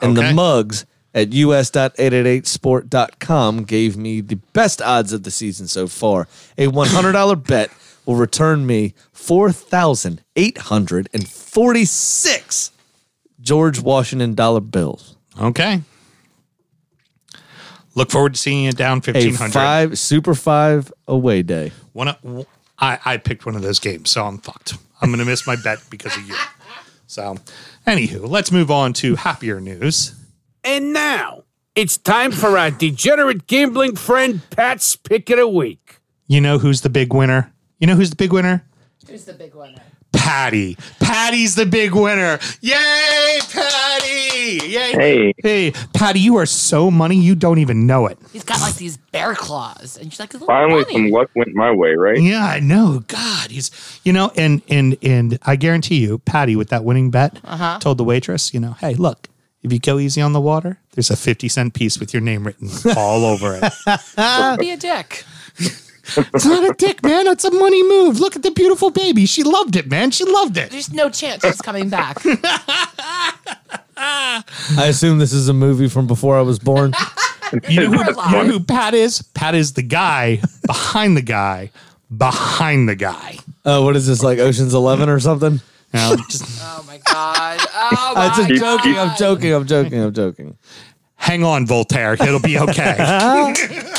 And Okay. the mugs at us.888sport.com gave me the best odds of the season so far. A $100 bet will return me 4,846 George Washington dollar bills. Okay. Look forward to seeing you down a fifteen hundred. five super five away day. One, of- I I picked one of those games, so I'm fucked. I'm gonna miss my bet because of you. So, anywho, let's move on to happier news. And now it's time for our degenerate gambling friend Pat's pick of the week. You know who's the big winner? You know who's the big winner? Who's the big winner? Patty. Patty's the big winner. Yay, Patty! Yay. Hey. Hey, Patty, you are so money you don't even know it. He's got like these bear claws, and she's like, "It's a little Finally, bunny." some luck went my way, right? Yeah, I know. God, he's you know, and and and I guarantee you, Patty with that winning bet told the waitress, you know, hey, look, if you go easy on the water, there's a fifty cent piece with your name written all over it. Don't be a dick. it's not a dick, man. It's a money move. Look at the beautiful baby. She loved it, man. She loved it. There's no chance she's coming back. I assume this is a movie from before I was born. You know, who, We're you know live. who Pat is? Pat is the guy behind the guy behind the guy. Uh, what is this like Ocean's Eleven or something? Now, just oh my god. Oh Uh, my it's a god. joking. I'm joking. I'm joking. I'm joking. hang on, Voltaire. It'll be okay.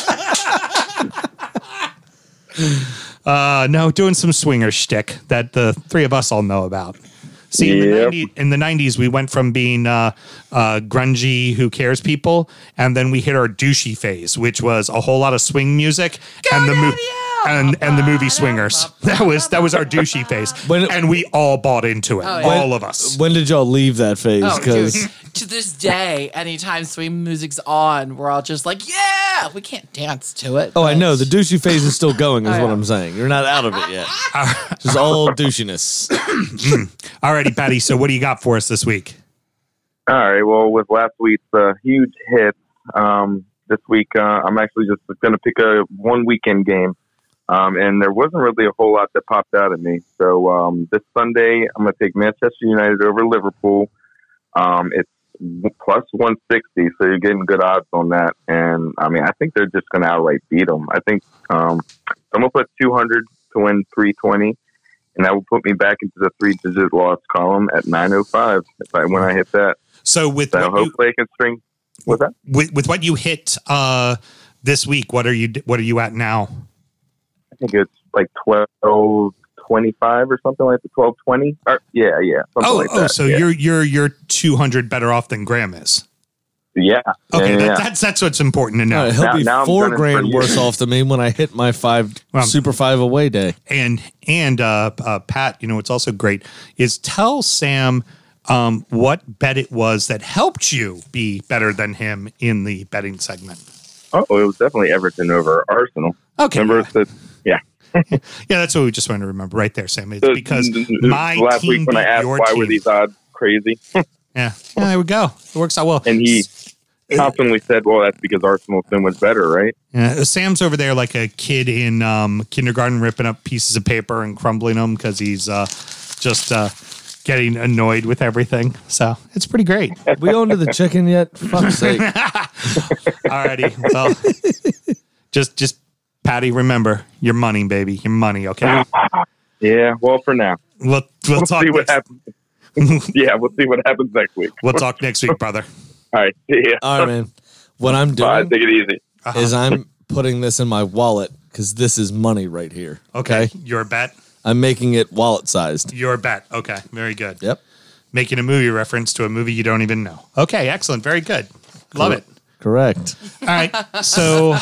Uh, no, doing some swinger shtick that the three of us all know about. See, in, the Yep. 90, in the 90s, we went from being uh, uh, grungy, who cares people, and then we hit our douchey phase, which was a whole lot of swing music and the movie. And, and the movie Swingers. That was that was our douchey phase, When- Oh, and we all bought into it. yeah. All of us. When did y'all leave that phase? Oh, dude. Because to this day, anytime swing music's on, we're all just like, yeah, we can't dance to it. oh, I but- know the douchey phase is still going. Is Oh, what yeah. Uh, I'm saying. You're not out of it yet. Just all douchiness. Alrighty, Patty. So what do you got for us this week? All right. Well, with last week's uh, huge hit, um, this week uh, I'm actually just going to pick a one weekend game, um, and there wasn't really a whole lot that popped out at me. So um, this Sunday I'm going to take Manchester United over Liverpool. Um, it's w- plus 160, so you're getting good odds on that. And I mean, I think they're just going to outright beat them. I think um, I'm going to put 200 to win 320. And that will put me back into the three-digit loss column at 905 if I, when I hit that. So with So what you, hopefully I can string. What's that? with, with what you hit uh, this week, what are you what are you at now? I think it's like twelve twenty-five or something like the twelve twenty. Yeah, yeah. Something Oh, like oh, that. so yeah. you're you're you're 200 better off than Graham is. yeah. Okay, yeah, that, yeah. that's that's what's important to know. All right, he'll Now- be now I'm four gunning for grand you. worse off than me when I hit my five Well, super five away day. And and uh, uh, Pat, you know what's also great is tell Sam um, what bet it was that helped you be better than him in the betting segment. oh, it was definitely Everton over Arsenal. Okay, Remember that? Yeah. yeah, that's what we just wanted to remember right there, Sam. It's So because n- n- my last team week when I beat asked your why team. were these odds crazy, yeah, yeah, there we go. It works out well. and he confidently said, "Well, that's because Arsenal's been was better, right?" Yeah, Sam's over there like a kid in um, kindergarten ripping up pieces of paper and crumbling them because he's uh, just uh, getting annoyed with everything. So it's pretty great. We on to the chicken yet? Fuck's sake. Alrighty, well, just just Patty, remember your money, baby, your money. Okay, Yeah. Well, for now, we'll we'll we'll talk. see what Next, happens. yeah, we'll see what happens next week. we'll talk next week, brother. All right. See ya. All right, man. What I'm Bye. doing Take it easy. Uh-huh. is I'm putting this in my wallet because this is money right here. Okay, your bet, I'm making it wallet sized. your bet. Okay, very good. Yep. Making a movie reference to a movie you don't even know. Okay, excellent, very good. Love it. Correct. All right, so.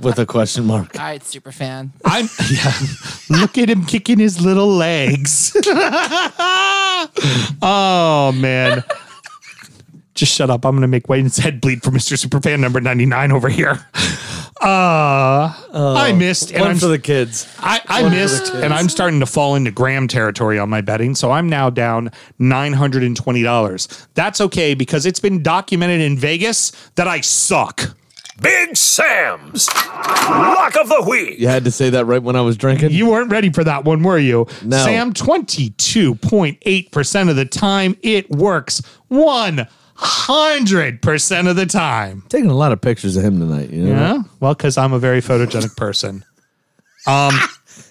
With a question mark. All right, super fan. I'm yeah. Look at him kicking his little legs. oh man. Just shut up. I'm gonna make Wayne's head bleed for Mr. Superfan number 99 over here. Uh, I missed and Oh, One I'm, for the kids. I, I missed and I'm starting to fall into Graham territory on my betting. So I'm now down $920. That's okay because it's been documented in Vegas that I suck. Big Sam's Lock of the Week. You had to say that right when I was drinking? You weren't ready for that one, were you? No. Sam, 22.8% of the time it works. 100% of the time. taking a lot of pictures of him tonight. You know? Huh? Well, because I'm a very photogenic person.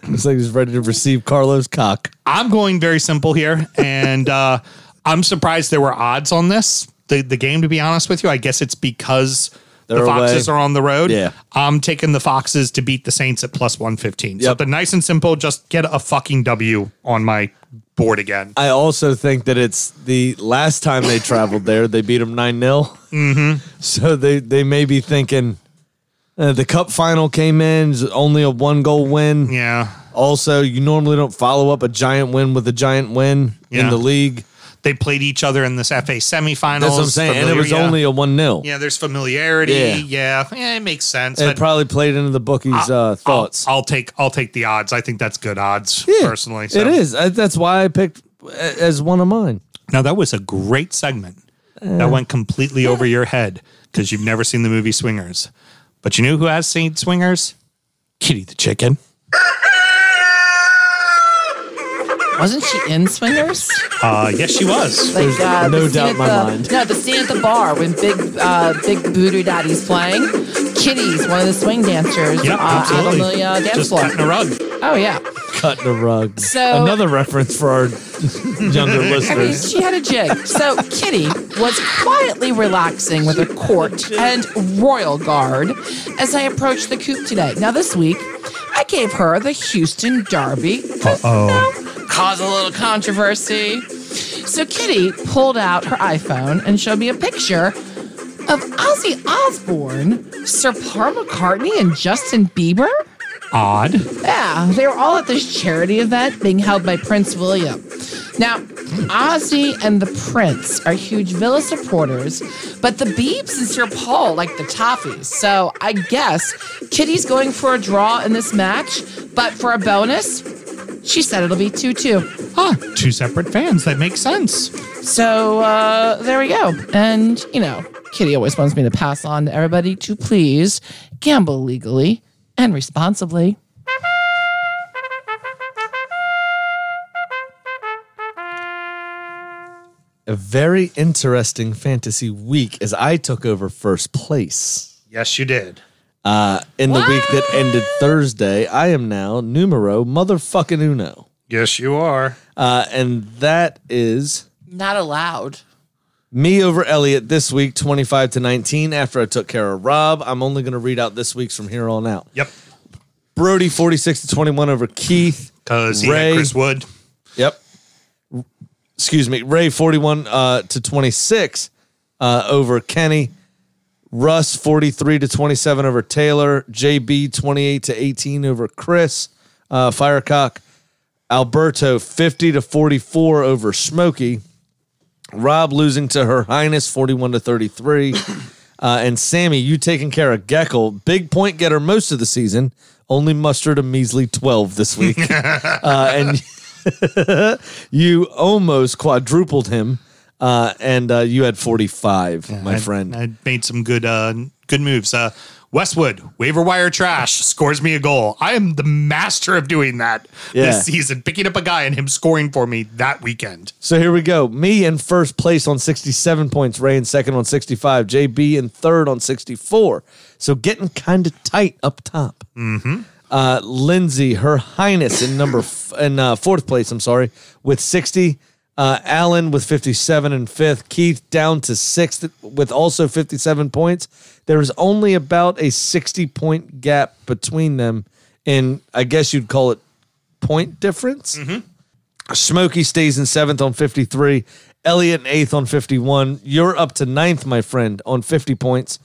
It's like he's ready to receive Carlos cock. I'm going very simple here, and uh, I'm surprised there were odds on this. The, the game, to be honest with you, I guess it's because the They're Foxes away. are on the road. Yeah. I'm taking the Foxes to beat the Saints at plus 115. So Yep. Something nice and simple. Just get a fucking W on my board again. I also think that it's the last time they traveled there, they beat them 9 0. Mm-hmm. So they, they may be thinking uh, the cup final came in, it's only a one goal win. Yeah. Also, you normally don't follow up a giant win with a giant win Yeah. in the league. they played each other in this FA semifinals. That's what I'm saying. And it was Familiar- only a 1 0. yeah. There's familiarity. Yeah. Yeah, yeah, it makes sense. It but probably played into the bookies' uh, thoughts. I'll take I'll take the odds. I think that's good odds Yeah, personally. so. It is. I, that's why I picked a- as one of mine. Now that was a great segment that went completely over your head because you've never seen the movie Swingers, but you knew who has seen Swingers? Kitty the chicken. Wasn't she in Swingers? Uh, yes, she was. Like, uh, no the scene doubt at in my the- mind. No, the scene at the bar when Big uh, Big Voodoo Daddy's playing. Kitty's one of the swing dancers Yep, uh, absolutely. out on the uh, dance Just floor. cutting a rug. Oh yeah. Cutting a rug. So- Another reference for our younger I mean, listeners. she had a jig. So Kitty was quietly relaxing with her court and royal guard as I approached the coop today. Now, this week, I I gave her the Houston Derby. Uh-oh. Caused a little controversy. So Kitty pulled out her iPhone and showed me a picture of Ozzy Osbourne, Sir Paul McCartney, and Justin Bieber. Odd. Yeah, they were all at this charity event being held by Prince William. Now, Ozzy and the Prince are huge Villa supporters, but the Beebs and Sir Paul like the Toffees. So I guess Kitty's going for a draw in this match, but for a bonus, she said it'll be 2 2. Huh. Two separate fans. That makes sense. So uh, there we go. And, you know, Kitty always wants me to pass on to everybody to please gamble legally and responsibly. A very interesting fantasy week as I took over first place. Yes, you did. Uh, in the week that ended Thursday, I am now numero motherfucking uno. Yes, you are. Uh, and that is Not allowed. me over Elliot this week, 25 to 19, after I took care of Rob. I'm only going to read out this week's from here on out. Yep. Brody, 46 to 21 over Keith. Because he had Ray. Chris Wood. Yep. Excuse me. Ray 41 uh, to 26 uh, over Kenny. Russ 43 to 27 over Taylor. JB 28 to 18 over Chris. Uh, Firecock. Alberto 50 to 44 over Smokey. Rob losing to Her Highness 41 to 33. Uh, and Sammy, you taking care of Geckel. Big point getter most of the season. Only mustered a measly 12 this week. uh, and you almost quadrupled him, uh, and uh, you had 45, my I- friend. I made some good uh, good moves. Uh, Westwood, waiver wire trash, scores me a goal. I am the master of doing that Yeah. this season, picking up a guy and him scoring for me that weekend. so here we go. Me in first place on 67 points, Ray in second on 65, JB in third on 64. So getting kind of tight up top. Mm-hmm. Uh, Lindsay, Her Highness in number f- in uh, fourth place, I'm sorry, with 60. Uh, Allen with 57 and fifth. Keith down to sixth with also 57 points. There is only about a 60 point gap between them. And I guess you'd call it point difference. Smokey stays in seventh on 53. Elliot in eighth on 51. You're up to ninth, my friend, on 50 points.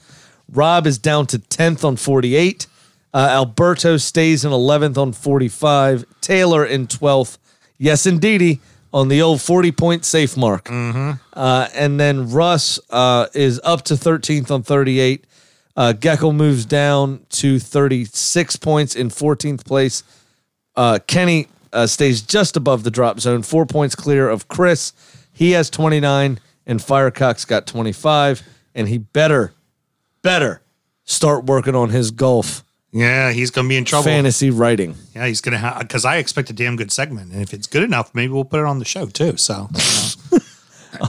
Rob is down to 10th on 48. Uh, Alberto stays in 11th on 45. Taylor in 12th. Yes, indeedy, on the old 40 point safe mark. Uh, and then Russ uh, is up to 13th on 38. Uh, Geckel moves down to 36 points in 14th place. Uh, Kenny uh, stays just above the drop zone, four points clear of Chris. He has 29, and Firecock's got 25, and he better, better start working on his golf Yeah, he's going to be in trouble. fantasy writing. Yeah, he's going to have, because I expect a damn good segment. And if it's good enough, maybe we'll put it on the show too. So,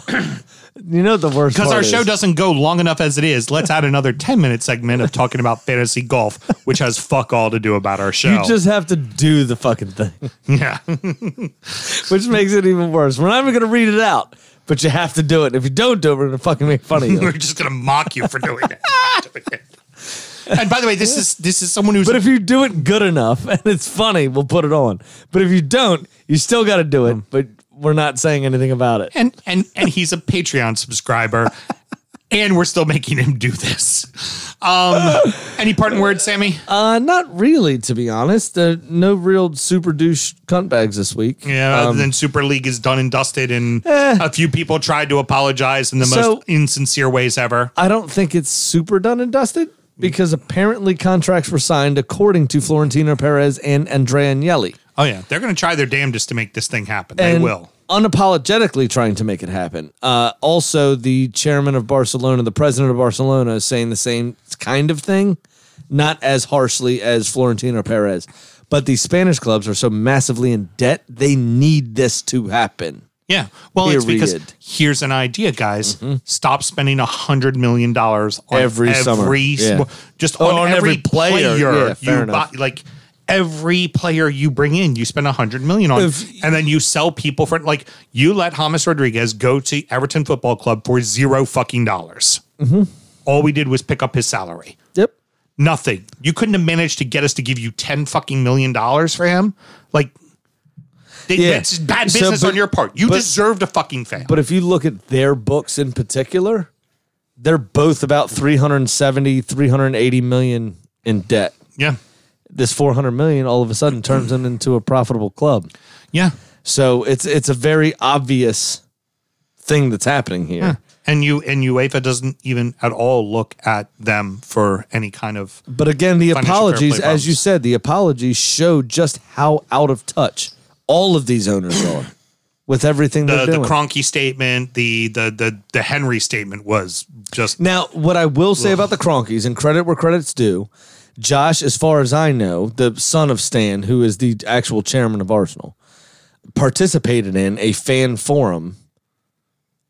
You know the worst because our part show is- doesn't go long enough as it is, let's add another 10 minute segment of talking about fantasy golf, which has fuck all to do about our show. You just have to do the fucking thing, yeah. which makes it even worse. We're not even going to read it out, but you have to do it. If you don't do it, we're going to fucking make fun of We're you. just gonna mock you for doing it. and by the way, this is this is someone who's but if you do it good enough and it's funny, we'll put it on. But if you don't, you still got to do it, but we're not saying anything about it. and and and he's a Patreon subscriber, and we're still making him do this. Um, any parting words, Sammy? Uh, not really, to be honest. Uh, no real super douche cunt bags this week. Yeah, other than Super League is done and dusted, and a few people tried to apologize in the eh. So- most insincere ways ever. I don't think it's super done and dusted because apparently contracts were signed according to Florentino Perez and Andrea Agnelli. Oh yeah, they're gonna try their damnedest to make this thing happen. they and will. Unapologetically trying to make it happen. Uh, also, the chairman of Barcelona, the president of Barcelona, is saying the same kind of thing, not as harshly as Florentino Perez. But these Spanish clubs are so massively in debt, they need this to happen. Yeah. Well, it's because Period. here's an idea, guys. Stop spending a hundred million dollars on Mm-hmm. Every summer. s- Yeah. just Oh, on, every, player. Yeah, fair you enough. buy, like every player you bring in, you spend a hundred million on, If- and then you sell people for like you let Hamas Rodriguez go to Everton Mm-hmm. Football Club for zero fucking dollars. All we did was pick up his salary. Yep. Nothing. You couldn't have managed to get us to give you ten fucking million dollars for him. Like, they, Yeah. that's bad So, business but- on your part. You but- deserve to fucking fail. But if you look at their books in particular, they're both about 370, 380 million in debt. yeah, This 400 million all of a sudden turns them into a profitable club. yeah. So it's it's a very obvious thing that's happening here. And you and UEFA doesn't even at all look at them for any kind of But again, the Financial fair apologies, play as you problems. said, the apologies show just how out of touch all of these owners are with everything the they're the doing. Cronky statement, the the the the Henry statement was just Now, what I will say about the Cronkies, and credit where credit's due, Josh, as far as I know, the son of Stan, who is the actual chairman of Arsenal, participated in a fan forum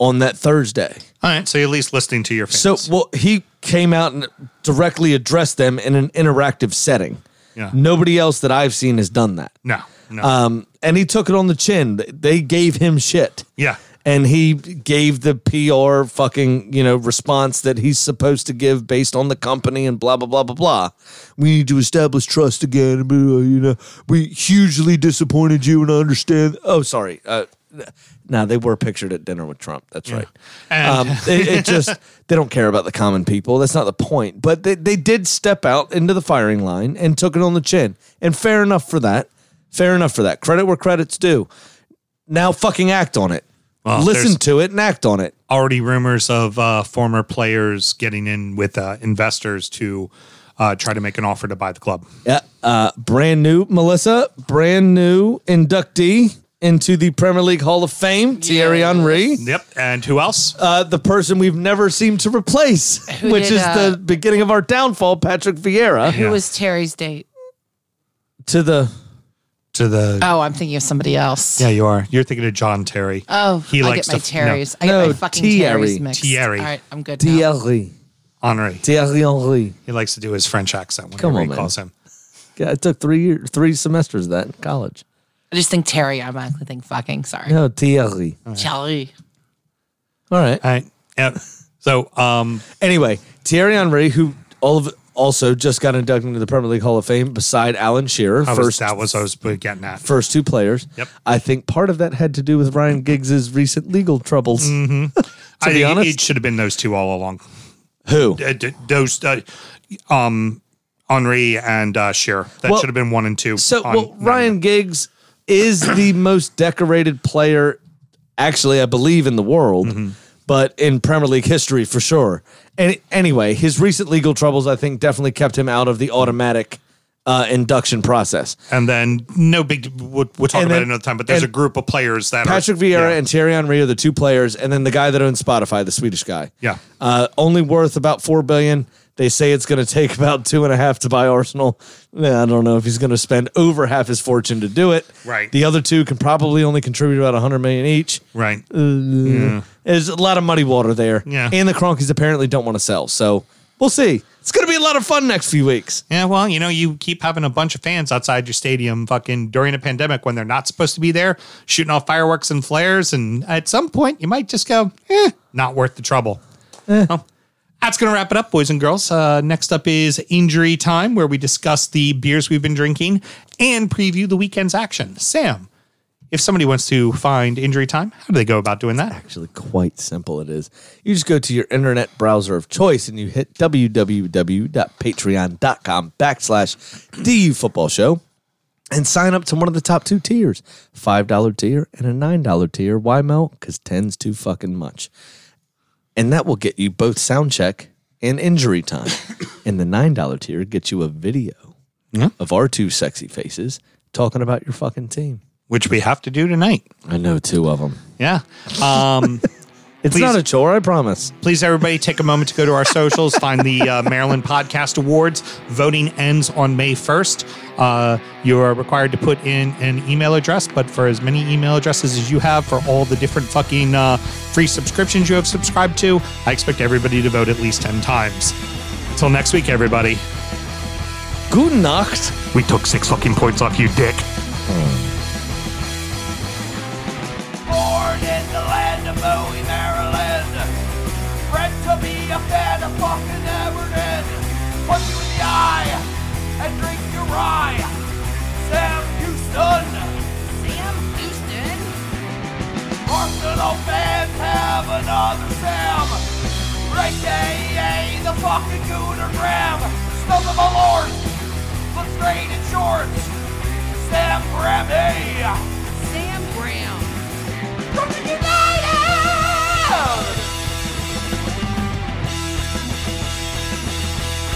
on that Thursday. all right. So you're at least listening to your fans. So, well, he came out and directly addressed them in an interactive setting. Yeah. Nobody else that I've seen has done that. no, no, Um, and he took it on the chin. They gave him shit yeah, and he gave the PR fucking you know response that he's supposed to give based on the company and blah blah blah blah blah. We need to establish trust again. blah, blah, You know, we hugely disappointed you, and I understand. Oh, sorry. Uh, now they were pictured at dinner with Trump. That's right. And- um, it, it just they don't care about the common people. That's not the point. But they, they did step out into the firing line and took it on the chin. And fair enough for that. Fair enough for that. Credit where credit's due. Now fucking act on it. Well, Listen there's- to it and act on it. already rumors of uh, former players getting in with uh, investors to uh, try to make an offer to buy the club. Yeah. Uh, brand new Melissa, brand new inductee into the Premier League Hall of Fame, Thierry Henry. Yep. And who else? Uh, the person we've never seemed to replace, Who which did, is uh, the beginning of our downfall, Patrick Vieira. Who was Terry's date? To the to the Oh, I'm thinking of somebody else. yeah, you are. You're thinking of John Terry. Oh, he I likes get my to f- no, Terry's. I get No, my fucking Thierry. Terry's mixed. Thierry. All right, I'm good now. Thierry. Henri. Thierry Henry. He likes to do his French accent whenever Come on, he man. calls him. Yeah, it took three years, three semesters of that in college. I just think Terry. I'm actually think fucking. Sorry. No, Thierry. All Terry. right. All right. Yep. So, um, Anyway, Thierry Henry, who all of also just got inducted into the Premier League Hall of Fame, beside Alan Shearer, I was- first that was I was getting at. first two players. Yep. I think part of that had to do with Ryan Giggs's recent legal troubles. Mm-hmm. I, be it- honest- it should have been those two all along. Who? Uh, d- those, uh, um, Henri and uh, Shearer. That Well, should have been one and two. So, on well, none of Ryan Giggs is the most decorated player, actually, I believe, in the world, but in Premier League history for sure. And anyway, his recent legal troubles, I think, definitely kept him out of the automatic uh, induction process. And then no big. We'll, we'll talk And about it then- another time. But there's a and group of players that Patrick are, Vieira yeah. and Thierry Henry are the two players, and then the guy that owns Spotify, the Swedish guy. Yeah. uh, only worth about four billion. They say it's going to take about two and a half to buy Arsenal. Nah, I don't know if he's going to spend over half his fortune to do it. Right. The other two can probably only contribute about hundred million each. right. There's a lot of muddy water there. Yeah. And the Cronkies apparently don't want to sell, so we'll see. It's going to be a lot of fun next few weeks. Yeah, well, you know, you keep having a bunch of fans outside your stadium fucking during a pandemic when they're not supposed to be there, shooting off fireworks and flares. And at some point, you might just go, eh, not worth the trouble. Well, that's going to wrap it up, boys and girls. Uh, next up is Injury Time, where we discuss the beers we've been drinking and preview the weekend's action. Sam, if somebody wants to find Injury Time, how do they go about doing that? actually quite simple it is you just go to your internet browser of choice and you hit www.patreon.com backslash du football show and sign up to one of the top two tiers $5 tier and a $9 tier why mel because 10's too fucking much and that will get you both sound check and injury time and the $9 tier gets you a video of our two sexy faces talking about your fucking team Which we have to do tonight. i know two of them Yeah. Um, it's Please- not a chore i promise Please, everybody, take a moment to go to our socials, find the uh, Maryland Podcast Awards. Voting ends on May 1st. Uh, you are required to put in an email address, but for as many email addresses as you have for all the different fucking uh, free subscriptions you have subscribed to, I expect everybody to vote at least 10 times. Until next week, everybody, Guten Nacht. we took six fucking points off you, dick. born in the land of Bowie, Maryland. Bred to be a fan of fucking Everton. Punch you in the eye and drink your rye. Sam Houston, Sam Houston. Arsenal fans have another Sam. Great day, the fucking Gooner Graham. Stump of a lord, looks great in shorts. Sam Grammy, Sam Brown. Brooklyn United!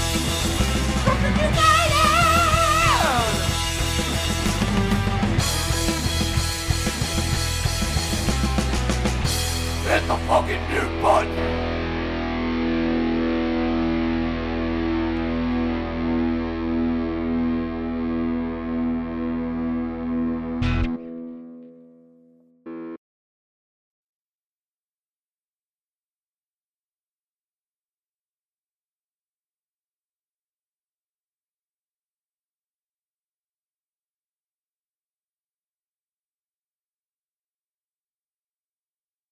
Brooklyn United! Hit the fucking mute button!